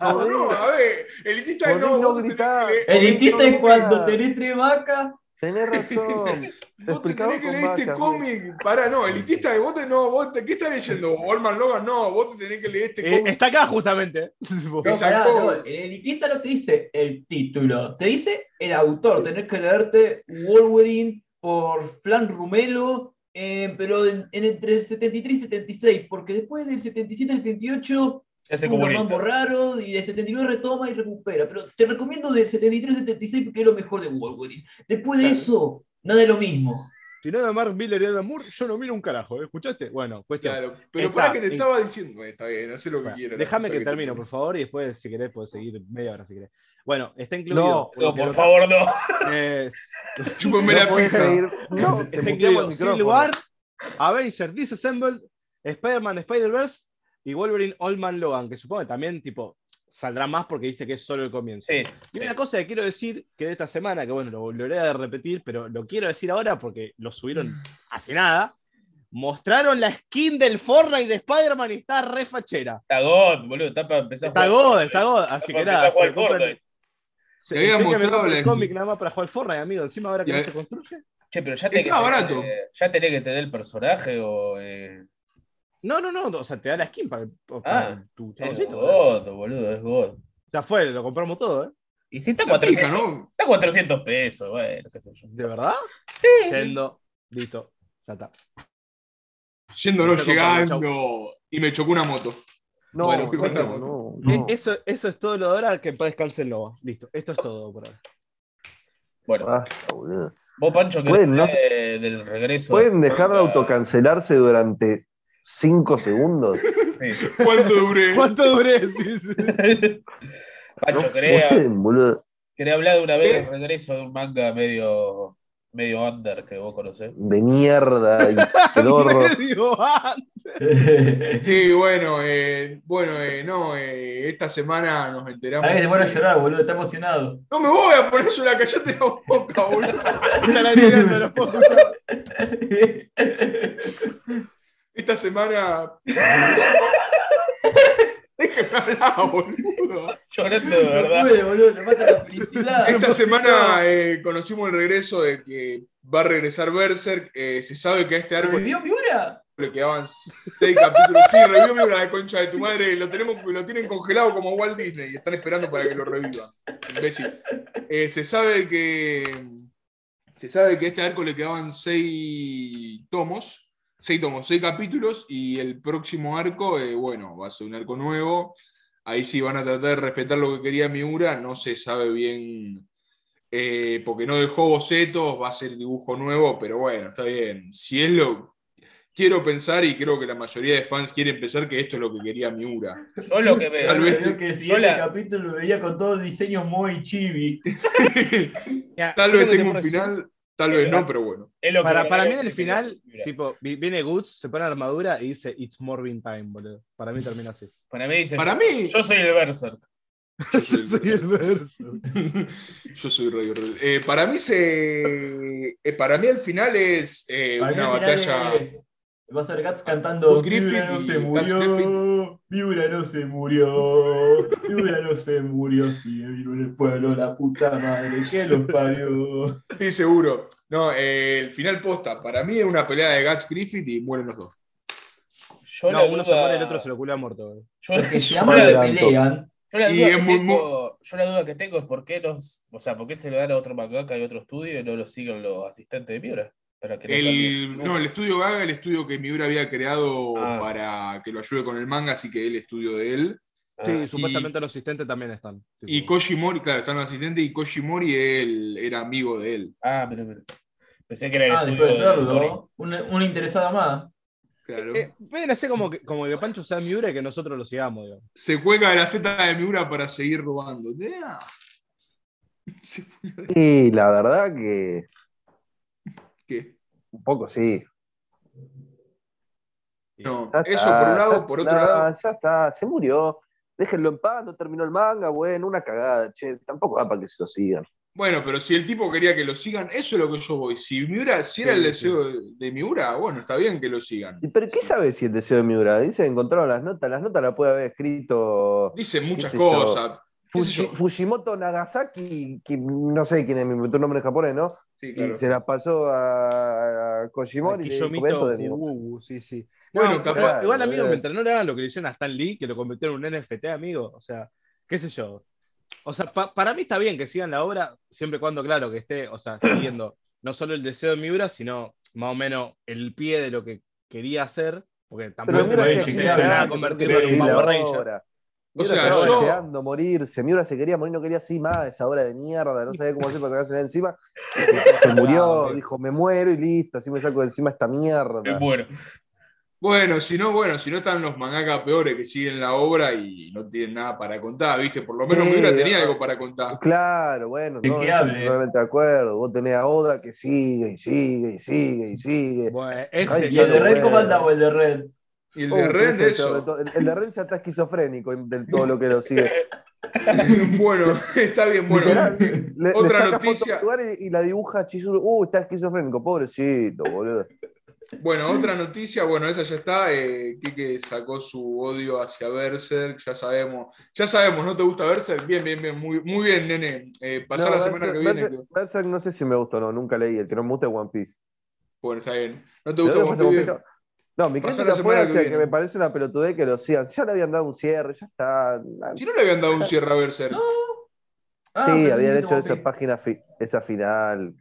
[SPEAKER 5] No, no, a ver, elitista
[SPEAKER 2] Podés
[SPEAKER 5] no.
[SPEAKER 2] no
[SPEAKER 5] vos tenés
[SPEAKER 2] gritar.
[SPEAKER 5] que leer-
[SPEAKER 3] El
[SPEAKER 2] Elitista
[SPEAKER 3] intista
[SPEAKER 2] es
[SPEAKER 3] es cuando
[SPEAKER 2] cuando
[SPEAKER 3] tenés tres vacas.
[SPEAKER 2] Tenés razón.
[SPEAKER 5] Vos te
[SPEAKER 2] Explicado
[SPEAKER 5] tenés que
[SPEAKER 2] con
[SPEAKER 5] leer este
[SPEAKER 2] vacas,
[SPEAKER 5] cómic. Pará, no, elitista de vos te, no, vos te, ¿qué estás leyendo? Orman Logan, no, vos te tenés que leer este
[SPEAKER 4] Eh,
[SPEAKER 5] cómic.
[SPEAKER 4] está acá justamente. eh.
[SPEAKER 5] Te
[SPEAKER 3] No, pará,
[SPEAKER 5] sacó.
[SPEAKER 3] no, el elitista no te dice el título, te dice el autor. Tenés que leerte Wolverine por Flan Rumelo, eh, pero en, en entre el 73 y 76, porque después del 77 al 78
[SPEAKER 6] Ya se
[SPEAKER 3] tuvo unos
[SPEAKER 6] comunica.
[SPEAKER 3] mambos raros y del 79 retoma y recupera. Pero te recomiendo del 73 al 76 porque es lo mejor de Wolverine. Después de
[SPEAKER 4] Claro.
[SPEAKER 3] eso, nada de lo mismo.
[SPEAKER 4] Si no de Mark Miller y Alan Moore, yo no miro un carajo, ¿eh? ¿escuchaste? Bueno, cuestión.
[SPEAKER 5] Claro, pero
[SPEAKER 4] Está,
[SPEAKER 5] para que te
[SPEAKER 4] en-
[SPEAKER 5] estaba diciendo, eh, está bien, hacé lo que
[SPEAKER 4] Bueno,
[SPEAKER 5] quieras.
[SPEAKER 4] Déjame
[SPEAKER 5] la
[SPEAKER 4] que
[SPEAKER 5] puta te
[SPEAKER 4] termino,
[SPEAKER 5] parió.
[SPEAKER 4] por favor, y después, si querés, puedes seguir media hora si querés. Bueno, está
[SPEAKER 2] No,
[SPEAKER 4] incluido.
[SPEAKER 6] No, por favor, no.
[SPEAKER 4] Eh,
[SPEAKER 5] Chúpame
[SPEAKER 2] No
[SPEAKER 5] la
[SPEAKER 2] podés
[SPEAKER 5] pija.
[SPEAKER 2] seguir- No, te muteamos
[SPEAKER 4] Está incluido
[SPEAKER 2] el
[SPEAKER 4] Sin
[SPEAKER 2] micrófono.
[SPEAKER 4] Lugar, Avengers Disassembled, Spider-Man Spider-Verse y Wolverine Old Man Logan, que supongo que también tipo, saldrá más porque dice que es solo el comienzo.
[SPEAKER 6] Sí,
[SPEAKER 4] y
[SPEAKER 6] sí.
[SPEAKER 4] una cosa que quiero decir, que de esta semana, que bueno, lo volveré a repetir, pero lo quiero decir ahora porque lo subieron hace nada, mostraron la skin del Fortnite de Spider-Man y está re fachera.
[SPEAKER 6] Está God, boludo. Está para empezar a
[SPEAKER 4] Está
[SPEAKER 6] jugar.
[SPEAKER 4] God, está God, así que
[SPEAKER 6] Empezá
[SPEAKER 4] nada.
[SPEAKER 6] a jugar
[SPEAKER 4] se compran-
[SPEAKER 6] Fortnite.
[SPEAKER 4] se-
[SPEAKER 5] Te había
[SPEAKER 4] estoy que me
[SPEAKER 5] mostrado
[SPEAKER 4] compro
[SPEAKER 5] la
[SPEAKER 4] el cómic
[SPEAKER 5] skin.
[SPEAKER 4] nada más para jugar Fortnite, amigo. Encima ahora que
[SPEAKER 5] Y
[SPEAKER 4] no
[SPEAKER 5] a-
[SPEAKER 4] se construye.
[SPEAKER 6] Che, pero ya tenés,
[SPEAKER 5] Estaba barato.
[SPEAKER 6] eh, ya tenés que tener el personaje o. Eh,
[SPEAKER 4] No, no, no, no, o sea, te da la skin para, para
[SPEAKER 6] Ah,
[SPEAKER 4] tu
[SPEAKER 6] es
[SPEAKER 4] chaboncito. ¿eh?
[SPEAKER 6] God, boludo, es God.
[SPEAKER 4] Ya fue, lo compramos todo, ¿eh?
[SPEAKER 6] Y si está
[SPEAKER 5] La pija,
[SPEAKER 6] 400,
[SPEAKER 5] ¿no?
[SPEAKER 6] está 400 pesos, bueno, qué sé yo.
[SPEAKER 4] ¿De verdad?
[SPEAKER 6] Sí, sí.
[SPEAKER 4] Yendo. Listo. Ya está.
[SPEAKER 5] Yendo, no
[SPEAKER 4] Yo compré, chau.
[SPEAKER 5] llegando. Y me chocó una moto.
[SPEAKER 2] No,
[SPEAKER 5] Bueno, ¿qué
[SPEAKER 2] no,
[SPEAKER 5] contamos?
[SPEAKER 2] no,
[SPEAKER 4] Eh,
[SPEAKER 2] no.
[SPEAKER 4] Eso, eso es todo lo de ahora que para descanse el Nova. Listo. Esto es todo por ahora.
[SPEAKER 6] Bueno,
[SPEAKER 2] Basta, boludo.
[SPEAKER 6] vos, Pancho, que
[SPEAKER 2] Pueden, no-
[SPEAKER 6] del regreso.
[SPEAKER 2] ¿Pueden dejar de
[SPEAKER 6] Ah,
[SPEAKER 2] autocancelarse durante 5 segundos?
[SPEAKER 6] sí.
[SPEAKER 5] ¿Cuánto duré?
[SPEAKER 4] ¿Cuánto duré? Sí, sí.
[SPEAKER 6] Pacho, quería,
[SPEAKER 2] Pueden, boludo.
[SPEAKER 6] quería hablar de una vez
[SPEAKER 5] ¿Eh?
[SPEAKER 6] del regreso de un manga medio, medio under que vos conocés.
[SPEAKER 2] De mierda y pedorro.
[SPEAKER 4] Medio ah,
[SPEAKER 5] Sí, bueno, eh, bueno, eh, no, eh, esta semana nos enteramos.
[SPEAKER 3] Sabés, te muero a llorar, boludo, está emocionado.
[SPEAKER 5] No me voy a poner una callate la boca, boludo.
[SPEAKER 4] están agregando los pocos.
[SPEAKER 5] Esta semana. Déjeme hablar, boludo.
[SPEAKER 6] Llorando de
[SPEAKER 3] No
[SPEAKER 6] verdad.
[SPEAKER 3] puede, boludo, le mata la felicidad.
[SPEAKER 5] Esta semana eh, conocimos el regreso de que va a regresar Berserk. eh, se sabe que a este árbol
[SPEAKER 3] ¿Revivió Miura?
[SPEAKER 5] le quedaban seis capítulos. Sí, revivió la de concha de tu madre. Lo, tenemos, lo tienen congelado como Walt Disney. y Están esperando para que lo revivan. Imbécil. Eh, se sabe que. Se sabe que a este arco le quedaban seis tomos. Seis tomos, seis capítulos. Y el próximo arco, eh, bueno, va a ser un arco nuevo. Ahí sí van a tratar de respetar lo que quería Miura. No se sabe bien. eh, porque no dejó bocetos, va a ser dibujo nuevo, pero bueno, está bien. Si es lo, quiero pensar y creo que la mayoría de fans quieren pensar que esto es lo que quería Miura.
[SPEAKER 6] Yo lo que veo.
[SPEAKER 5] Tal vez.
[SPEAKER 3] Creo que el siguiente
[SPEAKER 6] Hola.
[SPEAKER 3] capítulo lo veía con todos diseños muy chibi.
[SPEAKER 4] Ya,
[SPEAKER 5] tal
[SPEAKER 4] yo
[SPEAKER 5] vez
[SPEAKER 4] creo que
[SPEAKER 5] tenga
[SPEAKER 4] te
[SPEAKER 5] un
[SPEAKER 4] puedo decir-
[SPEAKER 5] final, tal vez no, pero bueno.
[SPEAKER 6] es lo que
[SPEAKER 4] Para,
[SPEAKER 6] veo
[SPEAKER 4] para mí en
[SPEAKER 6] que
[SPEAKER 4] el
[SPEAKER 6] me
[SPEAKER 4] final,
[SPEAKER 6] vibra.
[SPEAKER 4] tipo, vi- viene Guts, se pone la armadura y dice It's Morbin Time, boludo. Para mí termina así.
[SPEAKER 6] Para mí dice.
[SPEAKER 5] Para mí,
[SPEAKER 6] Yo soy el Berserk.
[SPEAKER 5] yo soy,
[SPEAKER 4] verso.
[SPEAKER 5] yo soy Radio Rebel. Eh, para mí se, eh, para mí el final es eh,
[SPEAKER 3] Para mí
[SPEAKER 5] una
[SPEAKER 3] al final
[SPEAKER 5] batalla.
[SPEAKER 3] es- Va a ser Gats cantando
[SPEAKER 5] Wood Griffith
[SPEAKER 3] Miura no se
[SPEAKER 5] y Gats
[SPEAKER 3] murió, Miura no se murió, Miura no se murió, si vino en el pueblo la puta madre que los parió.
[SPEAKER 5] Sí, seguro. No, eh, el final posta. Para mí es una pelea de Guts Griffith y mueren los dos.
[SPEAKER 6] Yo la
[SPEAKER 4] No, uno se
[SPEAKER 6] duda-
[SPEAKER 4] muere, el otro se lo culea muerto. boludo.
[SPEAKER 6] Yo,
[SPEAKER 3] Porque si
[SPEAKER 6] yo
[SPEAKER 3] ambos se
[SPEAKER 6] la,
[SPEAKER 2] adelanto.
[SPEAKER 3] pelean,
[SPEAKER 6] yo la
[SPEAKER 5] Y
[SPEAKER 6] duda
[SPEAKER 5] es
[SPEAKER 6] que
[SPEAKER 5] muy-
[SPEAKER 6] tengo, yo la duda que tengo es por qué los, o sea, por qué se lo dan a otro mangaka y otro estudio y no lo siguen los asistentes de Miura. Para que no
[SPEAKER 5] El,
[SPEAKER 6] cambie.
[SPEAKER 5] no, el estudio Gaga, el estudio que Miura había creado
[SPEAKER 6] Ah.
[SPEAKER 5] para que lo ayude con el manga, así que el estudio de él.
[SPEAKER 6] Ah,
[SPEAKER 4] Sí, supuestamente los asistentes también están.
[SPEAKER 5] Y
[SPEAKER 4] Tipo,
[SPEAKER 5] Koji Mori, claro, están los asistentes y Koji Mori él, era amigo de él.
[SPEAKER 6] Ah, mira, mira. Pensé que era el
[SPEAKER 3] ah,
[SPEAKER 6] estudio
[SPEAKER 3] después de
[SPEAKER 6] de Tori.
[SPEAKER 3] serlo, una, una interesada más.
[SPEAKER 5] Claro.
[SPEAKER 4] eh, pueden hacer como que, como que Pancho sea Miura y que nosotros lo sigamos, digamos.
[SPEAKER 5] Se cuelga de las tetas de Miura para seguir robando. Yeah. Sí,
[SPEAKER 2] Y la verdad que
[SPEAKER 5] ¿qué?
[SPEAKER 2] un poco sí.
[SPEAKER 5] No,
[SPEAKER 2] Ya
[SPEAKER 5] eso
[SPEAKER 2] está,
[SPEAKER 5] por un
[SPEAKER 2] ya
[SPEAKER 5] lado, por otro
[SPEAKER 2] está,
[SPEAKER 5] lado.
[SPEAKER 2] Ya está, se murió. Déjenlo en paz, no terminó el manga, bueno, una cagada, che, tampoco da para que se lo sigan.
[SPEAKER 5] Bueno, pero si el tipo quería que lo sigan, eso es lo que yo voy. Si Miura, si era
[SPEAKER 4] Sí,
[SPEAKER 5] el
[SPEAKER 4] sí.
[SPEAKER 5] deseo de- de Miura, bueno, está bien que lo sigan.
[SPEAKER 2] ¿Y ¿Pero qué sabe si el deseo de Miura? Dice, encontraron las notas, las notas las puede haber escrito
[SPEAKER 5] Dice muchas
[SPEAKER 2] sé yo?
[SPEAKER 5] cosas. ¿Qué sé
[SPEAKER 2] Fuji-
[SPEAKER 5] yo?
[SPEAKER 2] Fujimoto Nagasaki, que no sé quién es, me inventó un nombre en japonés, ¿no?
[SPEAKER 5] Sí,
[SPEAKER 2] Y
[SPEAKER 5] claro.
[SPEAKER 2] se la pasó a, a Kojimori y le dijo,
[SPEAKER 4] Kiyomito
[SPEAKER 2] "Esto de nuevo".
[SPEAKER 4] Fugu, sí, sí.
[SPEAKER 5] Bueno,
[SPEAKER 4] No,
[SPEAKER 5] capaz-
[SPEAKER 4] igual- Igual, amigo,
[SPEAKER 2] eh.
[SPEAKER 4] mientras no le hagan lo que le hicieron a Stan Lee, que lo convirtieron en un NFT, amigo, o sea, qué sé yo. O sea, pa- para mí está bien que sigan la obra, siempre y cuando, claro, que esté, o sea, siguiendo no solo el deseo de Miura, sino más o menos el pie de lo que quería hacer, porque tampoco
[SPEAKER 2] Pero
[SPEAKER 3] Bueno,
[SPEAKER 2] Miura
[SPEAKER 3] puede
[SPEAKER 2] se
[SPEAKER 4] es
[SPEAKER 3] sí,
[SPEAKER 4] que
[SPEAKER 3] llegar
[SPEAKER 4] se
[SPEAKER 3] a-
[SPEAKER 4] van a
[SPEAKER 3] sí,
[SPEAKER 4] convertir
[SPEAKER 3] sí,
[SPEAKER 4] en un
[SPEAKER 3] sí,
[SPEAKER 4] Power
[SPEAKER 3] la
[SPEAKER 4] Ranger.
[SPEAKER 5] O
[SPEAKER 2] Miura
[SPEAKER 5] sea,
[SPEAKER 2] estaba
[SPEAKER 5] yo-
[SPEAKER 2] deseando morirse, Miura se quería morir, no quería así más esa obra de mierda, no sabía cómo hacer para sacársela de encima. Se murió, dijo, me muero y listo, así me saco de encima esta
[SPEAKER 6] Es
[SPEAKER 2] mierda.
[SPEAKER 6] bueno.
[SPEAKER 5] Bueno, si no, bueno, si no están los mangaka peores que siguen la obra y no tienen nada para contar, ¿viste? Por lo menos
[SPEAKER 2] Sí,
[SPEAKER 5] Miura tenía
[SPEAKER 2] ah.
[SPEAKER 5] algo para contar.
[SPEAKER 2] Claro, bueno,
[SPEAKER 3] ¿De
[SPEAKER 2] no,
[SPEAKER 3] qué
[SPEAKER 2] no estoy
[SPEAKER 3] hable?
[SPEAKER 2] totalmente de acuerdo. Vos tenés a Oda que sigue y sigue y sigue y sigue.
[SPEAKER 4] Bueno,
[SPEAKER 2] Ay,
[SPEAKER 4] ese,
[SPEAKER 3] ¿Y el de
[SPEAKER 2] claro,
[SPEAKER 3] Red
[SPEAKER 2] bueno.
[SPEAKER 3] cómo anda o el de Red?
[SPEAKER 5] Y el
[SPEAKER 2] Oh,
[SPEAKER 5] de
[SPEAKER 2] pero
[SPEAKER 5] Ren,
[SPEAKER 2] ese sobre
[SPEAKER 5] eso.
[SPEAKER 2] todo- El, el de Ren ya está esquizofrénico del todo lo que lo sigue.
[SPEAKER 5] bueno, está bien, bueno.
[SPEAKER 2] Literal, le- le
[SPEAKER 5] otra
[SPEAKER 2] saca
[SPEAKER 5] noticia.
[SPEAKER 2] fotos a lugares y la dibuja a Chizuru. Uh, está esquizofrénico, pobrecito, boludo.
[SPEAKER 5] Bueno, otra noticia, bueno, esa ya está. Eh, Kike sacó su odio hacia Berserk, ya sabemos. Ya sabemos, ¿no te gusta Berserk? Bien, bien, bien, muy, muy bien, nene. Eh, pasá
[SPEAKER 2] No,
[SPEAKER 5] la semana
[SPEAKER 2] Berserk-
[SPEAKER 5] que viene.
[SPEAKER 2] Berserk- Berserk no sé si me gustó o no, nunca leí. El que no me gusta es One Piece.
[SPEAKER 5] Bueno, está bien. ¿No te
[SPEAKER 2] ¿De
[SPEAKER 5] gusta
[SPEAKER 2] dónde
[SPEAKER 5] One
[SPEAKER 2] fue ese
[SPEAKER 5] Piece?
[SPEAKER 2] conflicto? No, mi
[SPEAKER 5] Pasá la
[SPEAKER 2] crítica fue
[SPEAKER 5] semana que
[SPEAKER 2] hacia que,
[SPEAKER 5] viene.
[SPEAKER 2] me parece una pelotudez que lo sigan. Ya le habían dado un cierre, ya está. Ah,
[SPEAKER 5] Si no le habían dado un cierre a Berserk.
[SPEAKER 3] No. Ah,
[SPEAKER 2] sí,
[SPEAKER 3] pero
[SPEAKER 2] habían
[SPEAKER 3] no
[SPEAKER 2] hecho
[SPEAKER 3] tengo
[SPEAKER 2] esa
[SPEAKER 3] que-
[SPEAKER 2] página, fi- esa final,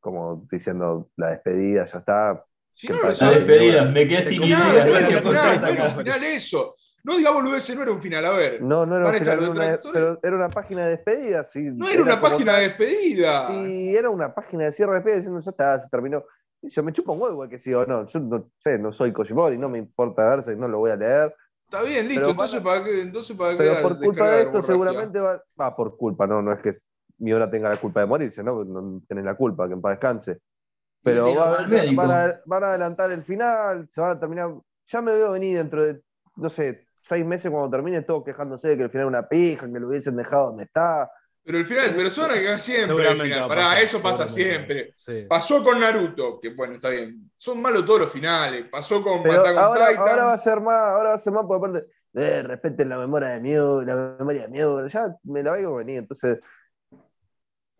[SPEAKER 2] como diciendo la despedida, ya está.
[SPEAKER 5] si
[SPEAKER 2] que
[SPEAKER 5] no lo
[SPEAKER 2] pasa-
[SPEAKER 3] La
[SPEAKER 5] saben,
[SPEAKER 3] despedida, me quedé sin
[SPEAKER 5] No,
[SPEAKER 3] ideas.
[SPEAKER 5] no era
[SPEAKER 3] gracias
[SPEAKER 5] un
[SPEAKER 3] por este
[SPEAKER 5] final,
[SPEAKER 3] estar
[SPEAKER 5] no era un
[SPEAKER 3] acá.
[SPEAKER 5] final eso. No digamos lo ese no era un final, a ver.
[SPEAKER 2] No, no era,
[SPEAKER 5] Van
[SPEAKER 2] un
[SPEAKER 5] a estar
[SPEAKER 2] final, era una-
[SPEAKER 5] detractores.
[SPEAKER 2] pero era una página de despedida. Sí,
[SPEAKER 5] No era una
[SPEAKER 2] como
[SPEAKER 5] página
[SPEAKER 2] tal.
[SPEAKER 5] de despedida.
[SPEAKER 2] Sí, era una página de cierre de despedida diciendo ya está, se terminó. Y Yo me chupo un huevo el que sí o no. Yo no sé, no soy Kojimori, no me importa verse, no lo voy a leer.
[SPEAKER 5] Está bien, listo.
[SPEAKER 2] Pero
[SPEAKER 5] entonces, para, qué, entonces, ¿para qué
[SPEAKER 2] Pero
[SPEAKER 5] dar-
[SPEAKER 2] por culpa
[SPEAKER 5] descargar
[SPEAKER 2] de
[SPEAKER 5] la
[SPEAKER 2] esto,
[SPEAKER 5] borrachera?
[SPEAKER 2] seguramente va. Ah, por culpa, no, no es que Miura tenga la culpa de morirse, ¿no? No tenés la culpa, que en paz descanse. Pero
[SPEAKER 3] Sí,
[SPEAKER 2] va-
[SPEAKER 3] al médico.
[SPEAKER 2] van, a, van a adelantar el final, se van a terminar. Ya me veo venir dentro de, no sé, seis meses cuando termine, todos quejándose de que el final es una pija, que lo hubiesen dejado donde está.
[SPEAKER 5] Pero el final, pero eso van a quedar siempre. al
[SPEAKER 4] Seguramente va
[SPEAKER 5] final.
[SPEAKER 4] a
[SPEAKER 5] Pará,
[SPEAKER 4] pasar,
[SPEAKER 5] eso pasa
[SPEAKER 4] seguramente.
[SPEAKER 5] siempre.
[SPEAKER 4] Sí.
[SPEAKER 5] Pasó con Naruto, que bueno, está bien. Son malos todos los finales. Pasó con
[SPEAKER 2] Pero
[SPEAKER 5] Attack on
[SPEAKER 2] ahora,
[SPEAKER 5] Titan.
[SPEAKER 2] ahora va a ser más, ahora va a ser más por aparte. Eh, respeten la memoria de Miura, la memoria de Miura. Ya me la veo venir, entonces,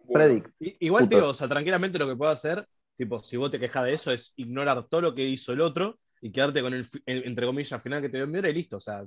[SPEAKER 5] Bueno,
[SPEAKER 2] predict.
[SPEAKER 4] I- Igual,
[SPEAKER 2] Putas.
[SPEAKER 4] tío, o sea, tranquilamente lo que puedo hacer, tipo, si vos te quejas de eso, es ignorar todo lo que hizo el otro y quedarte con el, fi- el- entre comillas, final que te dio Miura y listo. O sea,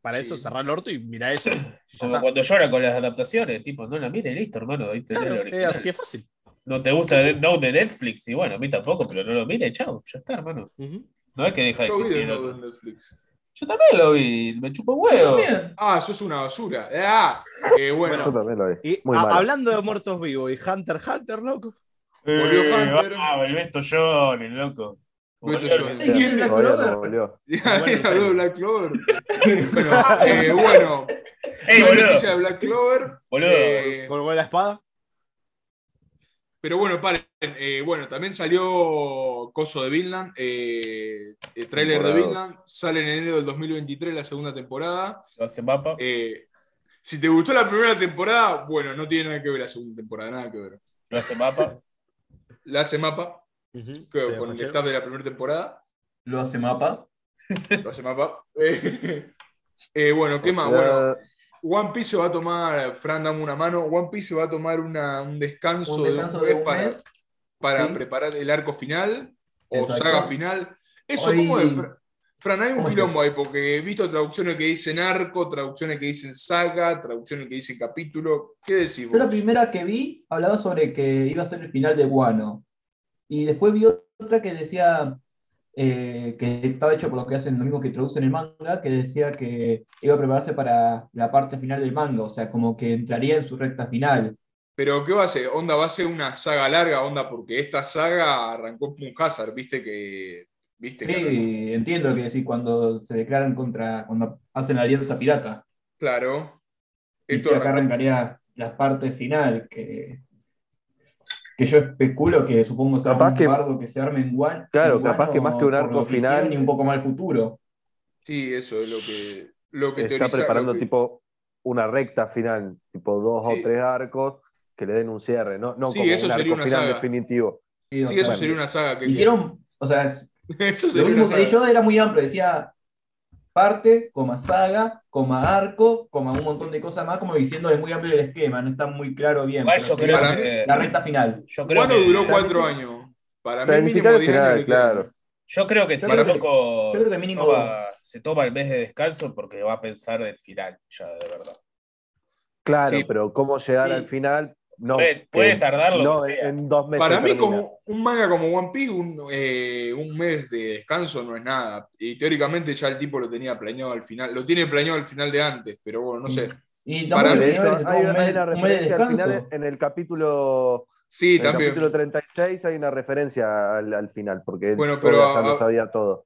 [SPEAKER 4] para
[SPEAKER 5] Sí.
[SPEAKER 4] eso cerrar el orto y mirá eso. Y ya
[SPEAKER 6] Como
[SPEAKER 4] está.
[SPEAKER 6] cuando llora con las adaptaciones, tipo, no la mire, listo, hermano, ahí tenés el
[SPEAKER 4] Claro,
[SPEAKER 6] original.
[SPEAKER 4] eh, así es fácil.
[SPEAKER 6] No te gusta Death Note de Netflix, y bueno, a mí tampoco, pero no lo mire, chao, ya está, hermano. No es que deja de
[SPEAKER 5] Yo vi de
[SPEAKER 6] existir.
[SPEAKER 5] nuevo
[SPEAKER 6] loco.
[SPEAKER 5] en Netflix.
[SPEAKER 6] Yo también lo vi, me chupo huevo.
[SPEAKER 3] También.
[SPEAKER 5] Ah, eso es una basura. Ah, eh, bueno.
[SPEAKER 2] Yo también lo vi.
[SPEAKER 4] Y
[SPEAKER 2] Muy
[SPEAKER 4] a-
[SPEAKER 2] mal.
[SPEAKER 4] hablando de muertos vivos y Hunter x Hunter, loco.
[SPEAKER 5] Volvió Hunter.
[SPEAKER 6] Eh, Ah, el Beto Jones, loco.
[SPEAKER 5] Beto
[SPEAKER 6] Volvió el
[SPEAKER 5] Jones.
[SPEAKER 6] Beto-
[SPEAKER 5] ¿Quién-
[SPEAKER 2] Todavía no volvió.
[SPEAKER 5] Había hablado de Black Clover.
[SPEAKER 3] Bueno,
[SPEAKER 5] Bueno, eh, bueno.
[SPEAKER 6] ¡Ey,
[SPEAKER 5] no hay
[SPEAKER 6] boludo!
[SPEAKER 5] noticia de Black Clover.
[SPEAKER 6] Boludo.
[SPEAKER 5] eh,
[SPEAKER 4] Colgó la espada.
[SPEAKER 5] Pero bueno, paren. eh, bueno, también salió Coso de Vinland, eh, el tráiler de
[SPEAKER 2] Temporada
[SPEAKER 5] Vinland, sale en enero del 2023 la segunda temporada.
[SPEAKER 6] Lo hace mapa.
[SPEAKER 5] Eh, si te gustó la primera temporada, bueno, no tiene nada que ver la segunda temporada, nada que ver.
[SPEAKER 6] Lo hace mapa.
[SPEAKER 5] La hace mapa, que- con el staff de la primera temporada,
[SPEAKER 3] lo hace mapa.
[SPEAKER 5] lo hace mapa. Eh, eh, bueno, ¿qué
[SPEAKER 2] O
[SPEAKER 5] más?
[SPEAKER 2] sea,
[SPEAKER 5] Bueno, One Piece se va a tomar, Fran, dame una mano, One Piece se va a tomar una- un descanso,
[SPEAKER 3] Un descanso
[SPEAKER 5] de
[SPEAKER 3] de
[SPEAKER 5] un mes
[SPEAKER 3] un
[SPEAKER 5] para,
[SPEAKER 3] mes.
[SPEAKER 5] para
[SPEAKER 3] Sí.
[SPEAKER 5] preparar el arco final o
[SPEAKER 3] Exacto.
[SPEAKER 5] saga final. Eso
[SPEAKER 3] Hoy-
[SPEAKER 5] como es, Fra- Fran, hay un
[SPEAKER 3] ¿Cómo es?
[SPEAKER 5] quilombo ahí, porque he visto traducciones que dicen arco, traducciones que dicen saga, traducciones que dicen capítulo. ¿Qué decimos?
[SPEAKER 3] Yo la primera que vi hablaba sobre que iba a ser el final de Guano. Y después vi otra que decía eh, que estaba hecho por los que hacen lo mismo que traducen el manga, que decía que iba a prepararse para la parte final del manga, o sea, como que entraría en su recta final.
[SPEAKER 5] Pero ¿qué va a ser? Onda va a ser una saga larga, onda, porque esta saga arrancó en Hazard, viste que. Viste que arrancó.
[SPEAKER 3] Sí, entiendo lo que decís cuando se declaran contra, cuando hacen la alianza pirata.
[SPEAKER 5] Claro.
[SPEAKER 3] Y
[SPEAKER 5] Esto
[SPEAKER 3] sí, acá
[SPEAKER 5] arrancó-
[SPEAKER 3] arrancaría la parte final, que, que yo especulo que supongo será
[SPEAKER 2] Capaz
[SPEAKER 3] un
[SPEAKER 2] que-
[SPEAKER 3] bardo que se arme en Guan.
[SPEAKER 2] Claro,
[SPEAKER 3] en
[SPEAKER 2] capaz que
[SPEAKER 3] Guano
[SPEAKER 2] más que un
[SPEAKER 3] por
[SPEAKER 2] arco
[SPEAKER 3] lo
[SPEAKER 2] final-
[SPEAKER 3] hicieron Y un poco más el futuro.
[SPEAKER 5] Sí, eso es lo que. Lo que
[SPEAKER 2] está
[SPEAKER 5] teoriza-
[SPEAKER 2] preparando
[SPEAKER 5] lo que-
[SPEAKER 2] tipo una recta final, tipo dos
[SPEAKER 5] Sí.
[SPEAKER 2] o tres arcos que le den un cierre, no, no
[SPEAKER 5] Sí,
[SPEAKER 2] como
[SPEAKER 5] eso
[SPEAKER 2] un
[SPEAKER 5] sería
[SPEAKER 2] arco
[SPEAKER 5] una
[SPEAKER 2] final
[SPEAKER 5] saga.
[SPEAKER 2] definitivo.
[SPEAKER 3] Sí, o
[SPEAKER 5] Sí,
[SPEAKER 3] sea,
[SPEAKER 5] eso sería una saga que.
[SPEAKER 3] Dijeron, o sea, es-
[SPEAKER 5] Eso
[SPEAKER 3] lo
[SPEAKER 5] sería una
[SPEAKER 3] mismo que
[SPEAKER 5] saga.
[SPEAKER 3] leí yo era muy amplio, decía parte, coma saga, coma arco, coma un montón de cosas más, como diciendo es muy amplio el esquema, no está muy claro bien.
[SPEAKER 6] Igual
[SPEAKER 3] pero
[SPEAKER 6] yo
[SPEAKER 3] sí,
[SPEAKER 6] creo
[SPEAKER 5] para
[SPEAKER 6] que.
[SPEAKER 3] La recta final.
[SPEAKER 6] Yo creo
[SPEAKER 5] ¿Cuándo
[SPEAKER 6] que,
[SPEAKER 5] duró cuatro años? Para mí, mínimo
[SPEAKER 2] Planificar el
[SPEAKER 5] 10 años.
[SPEAKER 2] final,
[SPEAKER 5] que quedan.
[SPEAKER 2] claro.
[SPEAKER 6] Yo creo que
[SPEAKER 3] Yo
[SPEAKER 6] si
[SPEAKER 5] creo que-
[SPEAKER 6] tampoco
[SPEAKER 3] yo creo que
[SPEAKER 6] se
[SPEAKER 3] mínimo
[SPEAKER 6] toma, se toma el mes de descanso porque va a pensar del final, ya de verdad.
[SPEAKER 2] Claro,
[SPEAKER 5] Sí.
[SPEAKER 2] pero cómo llegar
[SPEAKER 3] Sí.
[SPEAKER 2] al final, no.
[SPEAKER 6] puede, puede
[SPEAKER 2] eh,
[SPEAKER 6] tardar lo
[SPEAKER 2] no,
[SPEAKER 6] que sea.
[SPEAKER 2] en dos meses.
[SPEAKER 5] Para mí,
[SPEAKER 2] termina.
[SPEAKER 5] como un manga como One Piece, un, eh, un mes de descanso no es nada. Y teóricamente ya el tipo lo tenía planeado al final. Lo tiene planeado al final de antes, pero bueno, no sé.
[SPEAKER 2] Mm.
[SPEAKER 3] Y
[SPEAKER 5] Para
[SPEAKER 3] tampoco
[SPEAKER 5] mí,
[SPEAKER 2] De
[SPEAKER 3] es que
[SPEAKER 2] hecho,
[SPEAKER 3] se toma
[SPEAKER 2] hay una,
[SPEAKER 3] un mes-
[SPEAKER 2] hay una
[SPEAKER 3] un mes de
[SPEAKER 2] referencia al
[SPEAKER 3] descanso.
[SPEAKER 2] final en el capítulo,
[SPEAKER 5] Sí,
[SPEAKER 2] en el
[SPEAKER 5] también.
[SPEAKER 2] capítulo 36 hay una referencia al, al final, porque él
[SPEAKER 5] Bueno, pero
[SPEAKER 2] todo ya
[SPEAKER 5] a-
[SPEAKER 2] lo sabía todo.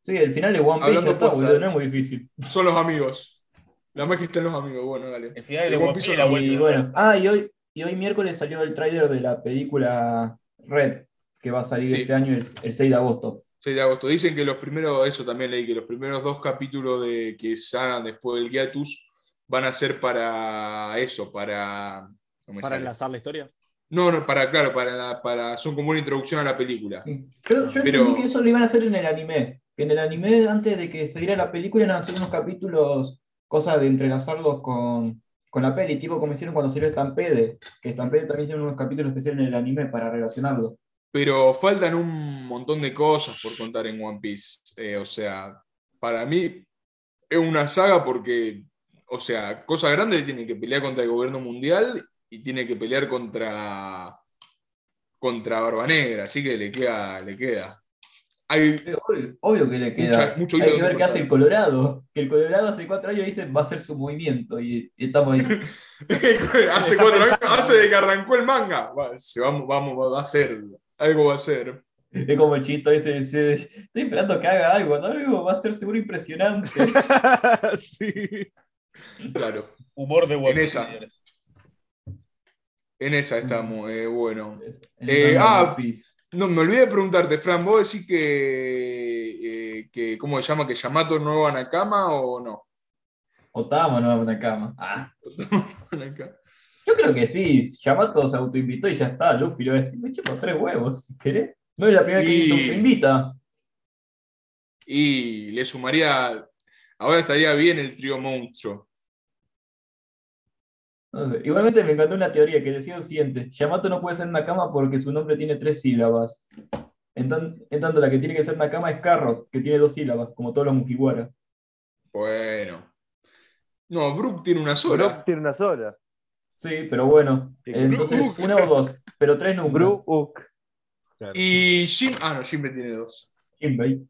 [SPEAKER 3] Sí, el final de One Piece
[SPEAKER 5] Hablando
[SPEAKER 3] ya está,
[SPEAKER 5] posta.
[SPEAKER 3] boludo, no es muy difícil.
[SPEAKER 5] Son los amigos. La magia está en los amigos. Bueno, dale.
[SPEAKER 6] El final
[SPEAKER 5] El
[SPEAKER 6] de
[SPEAKER 5] One
[SPEAKER 6] One
[SPEAKER 5] Piece
[SPEAKER 6] Piece
[SPEAKER 5] no
[SPEAKER 6] la vuelta
[SPEAKER 3] Y
[SPEAKER 6] de
[SPEAKER 3] bueno,
[SPEAKER 6] fuerza.
[SPEAKER 3] ah, y hoy, y hoy miércoles salió el tráiler de la película Red, que va a salir
[SPEAKER 5] Sí.
[SPEAKER 3] este año el, el 6 de agosto.
[SPEAKER 5] 6 de agosto. Dicen que los primeros, eso también leí, que los primeros dos capítulos de, que salgan después del Giatus van a ser para eso, para. no me
[SPEAKER 4] Para
[SPEAKER 5] sale.
[SPEAKER 4] enlazar la historia.
[SPEAKER 5] No, no, para, claro, para, la- para, son como una introducción a la película.
[SPEAKER 3] Yo, yo
[SPEAKER 5] Pero-
[SPEAKER 3] entendí que eso lo iban a hacer en el anime. Que en el anime, antes de que saliera la película, iban a hacer unos capítulos, cosas de entrelazarlos con, con la peli, tipo como hicieron cuando salió Stampede. Que Stampede también hicieron unos capítulos especiales en el anime para relacionarlo.
[SPEAKER 5] Pero faltan un montón de cosas por contar en One Piece. Eh, o sea, para mí es una saga porque, o sea, cosas grandes tiene que pelear contra el gobierno mundial y tiene que pelear contra contra Barba Negra, así que le queda, le queda. Hay,
[SPEAKER 3] Obvio, obvio que le queda.
[SPEAKER 5] Mucha- mucho hilo
[SPEAKER 3] Hay que
[SPEAKER 5] de
[SPEAKER 3] ver qué hace
[SPEAKER 5] cortar.
[SPEAKER 3] el Colorado. Que el Colorado hace cuatro años dice va a ser su movimiento. Y, y estamos ahí.
[SPEAKER 5] hace
[SPEAKER 3] Está
[SPEAKER 5] cuatro años,
[SPEAKER 3] pensando.
[SPEAKER 5] hace de que arrancó el manga. Va, se vamos, vamos, va a ser, algo va a ser.
[SPEAKER 3] Es como el chito ese, ese, estoy esperando que haga algo, cuando haga algo va a ser seguro impresionante.
[SPEAKER 4] sí.
[SPEAKER 5] Claro,
[SPEAKER 6] Humor de Walter,
[SPEAKER 5] esa.
[SPEAKER 6] señores.
[SPEAKER 5] en esa estamos. eh, bueno.
[SPEAKER 3] El
[SPEAKER 5] Eh,
[SPEAKER 3] mando
[SPEAKER 5] ah,
[SPEAKER 3] de Piece.
[SPEAKER 5] No, me olvidé de preguntarte, Fran, ¿vos decís que, eh, que ¿cómo se llama? ¿Que Yamato no va a Nakama o no?
[SPEAKER 3] Otama no una cama. Ah,
[SPEAKER 5] Naka-
[SPEAKER 3] yo creo que sí, Yamato se autoinvitó y ya está. Luffy lo va a decir, me chupo tres huevos, si querés. No es la primera vez que
[SPEAKER 5] Y-
[SPEAKER 3] se autoinvita.
[SPEAKER 5] Y le sumaría, ahora estaría bien el trío monstruo.
[SPEAKER 3] No sé. Igualmente me encantó una teoría que decía lo siguiente: Yamato no puede ser una cama porque su nombre tiene tres sílabas. En, tan- en tanto, la que tiene que ser una cama es Carrot, que tiene dos sílabas, como todos los Mugiwara.
[SPEAKER 5] Bueno. No, Brook tiene una
[SPEAKER 2] Bru
[SPEAKER 5] sola.
[SPEAKER 2] tiene una sola.
[SPEAKER 3] Sí, pero bueno.
[SPEAKER 2] Sí.
[SPEAKER 3] Entonces, una o dos, pero tres nunca.
[SPEAKER 2] Bru Uk.
[SPEAKER 5] Y Jim, ah, no, Jinbei tiene dos.
[SPEAKER 3] Jinbei.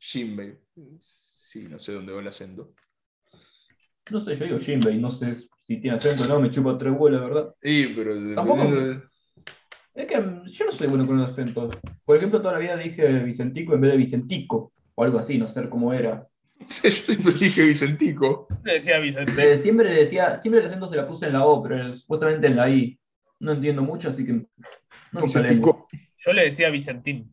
[SPEAKER 5] Jinbei. Sí, no sé dónde va el acento.
[SPEAKER 3] No sé, yo digo Jinbei, no sé si tiene acento o no, me chupa tres huevos, la verdad.
[SPEAKER 5] Y, pero
[SPEAKER 3] Tampoco-
[SPEAKER 5] dependiendo de-
[SPEAKER 3] Es que mm, yo no soy bueno con los acentos. Por ejemplo, toda la vida dije Vicentico en vez de Vicentico, o algo así, no sé cómo era.
[SPEAKER 5] No sé, Yo siempre dije Vicentico.
[SPEAKER 6] Le decía Vicente.
[SPEAKER 3] Pero siempre le decía, siempre el acento se la puse en la O, pero supuestamente en la I. No entiendo mucho, así que. No me sale mucho.
[SPEAKER 5] Vicentico.
[SPEAKER 6] Yo le decía Vicentín.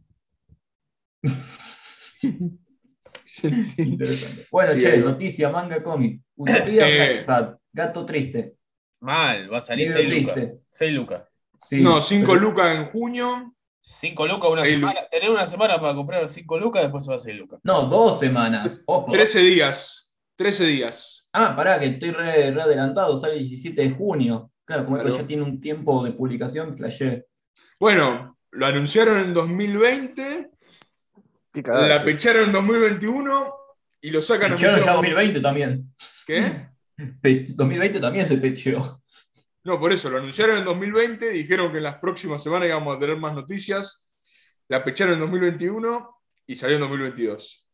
[SPEAKER 5] Vicentico.
[SPEAKER 3] Interesante. Bueno,
[SPEAKER 5] Sí,
[SPEAKER 3] che,
[SPEAKER 5] ahí va.
[SPEAKER 3] noticia, manga, cómic. Utopía,
[SPEAKER 5] Eh.
[SPEAKER 3] Sad, Gato triste.
[SPEAKER 6] Mal, va a salir
[SPEAKER 3] Libro
[SPEAKER 6] 6 lucas.
[SPEAKER 3] triste.
[SPEAKER 6] 6 lucas.
[SPEAKER 3] Sí,
[SPEAKER 5] No, cinco
[SPEAKER 3] pero-
[SPEAKER 5] lucas en junio.
[SPEAKER 6] 5 lucas una
[SPEAKER 5] Seis
[SPEAKER 6] semana. Tener una semana para comprar 5 lucas, después se va a 6 lucas.
[SPEAKER 3] No, dos semanas. Ojo.
[SPEAKER 5] 13 días. 13 días.
[SPEAKER 3] Ah, pará, que estoy re, re adelantado, sale el 17 de junio. Claro, como esto
[SPEAKER 5] Claro.
[SPEAKER 3] ya tiene un tiempo de publicación, flashé.
[SPEAKER 5] Bueno, lo anunciaron en 2020,
[SPEAKER 2] Qué cagada,
[SPEAKER 5] la
[SPEAKER 2] che.
[SPEAKER 5] pecharon en 2021 y lo sacan a
[SPEAKER 3] Pechearon ya
[SPEAKER 5] mitad-
[SPEAKER 3] 2020 también.
[SPEAKER 5] ¿Qué?
[SPEAKER 3] Pe- 2020 también se pecheó.
[SPEAKER 5] No, por eso, lo anunciaron en 2020, dijeron que en las próximas semanas íbamos a tener más noticias, la pecharon en 2021 y salió en 2022.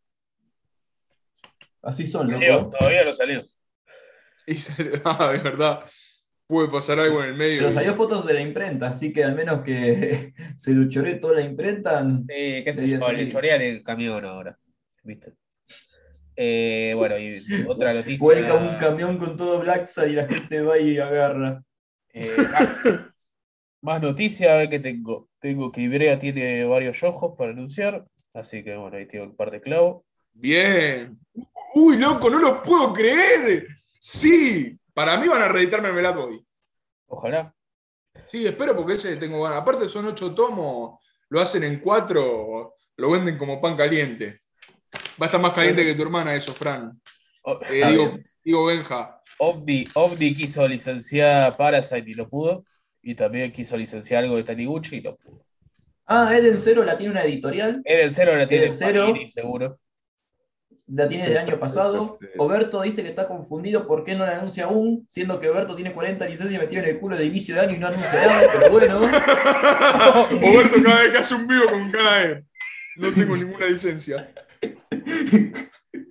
[SPEAKER 3] Así son,
[SPEAKER 6] Leo,
[SPEAKER 3] loco.
[SPEAKER 6] todavía no salió.
[SPEAKER 5] Y salió- ah, de verdad, puede pasar algo en el medio.
[SPEAKER 3] Pero salió fotos de la imprenta, así que al menos que se luchoré toda la imprenta.
[SPEAKER 6] Eh, qué sé
[SPEAKER 3] Debía
[SPEAKER 6] yo, le
[SPEAKER 3] salir.
[SPEAKER 6] chorean el camión ahora. ¿Viste? Eh, bueno, y otra noticia.
[SPEAKER 3] Vuelca un camión con todo Blackside y la gente va y agarra.
[SPEAKER 6] Eh, ah, más noticias, a ver qué tengo. Tengo que Ibrea tiene varios ojos para anunciar, así que bueno, ahí tengo un par de clavos.
[SPEAKER 5] Bien. Uy, loco, no lo puedo creer. Sí, para mí van a reeditarme el Melato hoy.
[SPEAKER 6] Ojalá.
[SPEAKER 5] Sí, espero porque ese tengo ganas. Aparte son ocho tomos, lo hacen en cuatro, lo venden como pan caliente. Va a estar más caliente que tu hermana eso, Fran.
[SPEAKER 6] O-
[SPEAKER 5] Eh,
[SPEAKER 3] Está
[SPEAKER 5] digo,
[SPEAKER 3] bien.
[SPEAKER 5] digo Benja.
[SPEAKER 6] Omni, Omni quiso licenciar Parasite y no pudo. Y también quiso licenciar algo de Taniguchi y no pudo.
[SPEAKER 3] Ah, Eden Cero la tiene una editorial,
[SPEAKER 6] Eden Cero la tiene
[SPEAKER 3] Eden Zero.
[SPEAKER 6] Panini, seguro.
[SPEAKER 3] la tiene del año
[SPEAKER 2] Estás-
[SPEAKER 3] pasado.
[SPEAKER 2] estás-
[SPEAKER 3] Oberto dice que está confundido por qué no la anuncia aún, siendo que Oberto tiene 40 licencias metido en el culo de inicio de año y no anuncia nada, pero bueno.
[SPEAKER 5] Roberto cada vez que hace un vivo con cara de, No tengo ninguna licencia.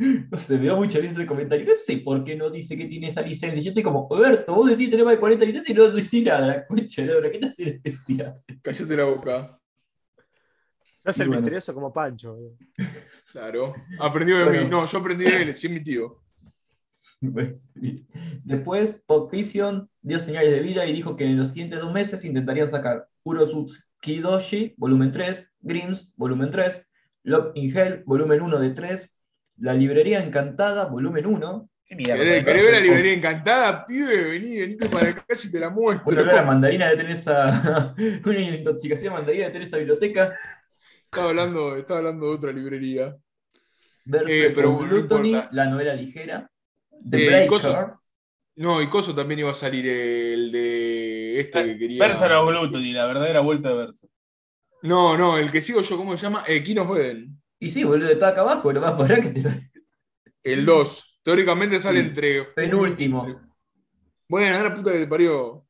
[SPEAKER 3] No sé, me da mucha risa el comentario. No sé por qué no dice que tiene esa licencia. Yo estoy como, Roberto, vos decís tener más de 40 licencias y no decís nada. La concha de la hora, ¿qué te hace especial?
[SPEAKER 5] Cállate la boca.
[SPEAKER 4] Te hace
[SPEAKER 3] Y
[SPEAKER 4] el
[SPEAKER 3] bueno.
[SPEAKER 4] misterioso como Pancho. boludo.
[SPEAKER 5] Claro. Aprendió de
[SPEAKER 3] Bueno.
[SPEAKER 5] mí. No, yo aprendí de él, sí es mi tío.
[SPEAKER 3] Pues, sí. Después, Pop Vision dio señales de vida y dijo que en los siguientes dos meses intentarían sacar Urosutsukidoshi, volumen 3, Grims, volumen 3, Love in Hell, volumen 1 de 3, La Librería Encantada, volumen 1.
[SPEAKER 6] Qué mierda.
[SPEAKER 5] ¿Querés,
[SPEAKER 6] ¿no?
[SPEAKER 5] querés ver la librería encantada? Pibe, vení, venite para acá si te la
[SPEAKER 3] Bueno,
[SPEAKER 5] muestro.
[SPEAKER 3] olor a mandarina de esa una intoxicación de mandarina de esa biblioteca.
[SPEAKER 5] Estaba hablando, estaba hablando de otra librería.
[SPEAKER 3] Verse
[SPEAKER 5] Eh, pero
[SPEAKER 3] con
[SPEAKER 5] no
[SPEAKER 3] Gluttony,
[SPEAKER 5] importa.
[SPEAKER 3] la novela ligera.
[SPEAKER 5] Eh,
[SPEAKER 3] The Breaker.
[SPEAKER 5] cosa- No, y Coso también iba a salir el de este que quería.
[SPEAKER 6] Persona o Gluttony, la verdadera vuelta de verso.
[SPEAKER 5] No, no, el que sigo yo, ¿cómo se llama? Eh, Kinos Beden,
[SPEAKER 3] Y sí, boludo, está acá abajo, lo más para que te lo...
[SPEAKER 5] el 2. Teóricamente sale
[SPEAKER 3] Sí.
[SPEAKER 5] entre.
[SPEAKER 3] Penúltimo.
[SPEAKER 5] Bueno, a la puta que te parió.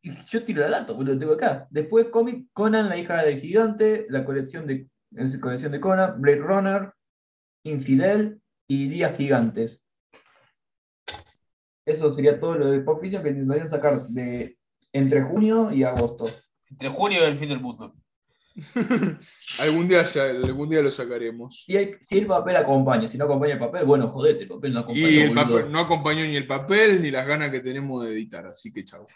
[SPEAKER 3] Y Yo tiro la data, boludo, tengo acá. Después cómic Conan, la hija del gigante, la colección de, en su colección de Conan, Blade Runner, Infidel y Días Gigantes. Eso sería todo lo de Pop Fiction que intentarían sacar de entre junio y agosto.
[SPEAKER 6] Entre junio y el fin del mundo.
[SPEAKER 5] algún, día ya- algún día lo sacaremos.
[SPEAKER 3] Si el, si el papel acompaña, si no acompaña el papel, bueno, jodete, el papel no acompaña.
[SPEAKER 5] Y el
[SPEAKER 3] boludo.
[SPEAKER 5] papel- no acompañó ni el papel ni las ganas que tenemos de editar, así que chau.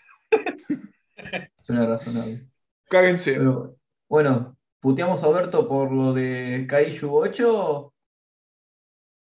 [SPEAKER 3] Suena razonable.
[SPEAKER 5] Cáguense.
[SPEAKER 3] Pero, bueno, puteamos a Berto por lo de Kaiju 8.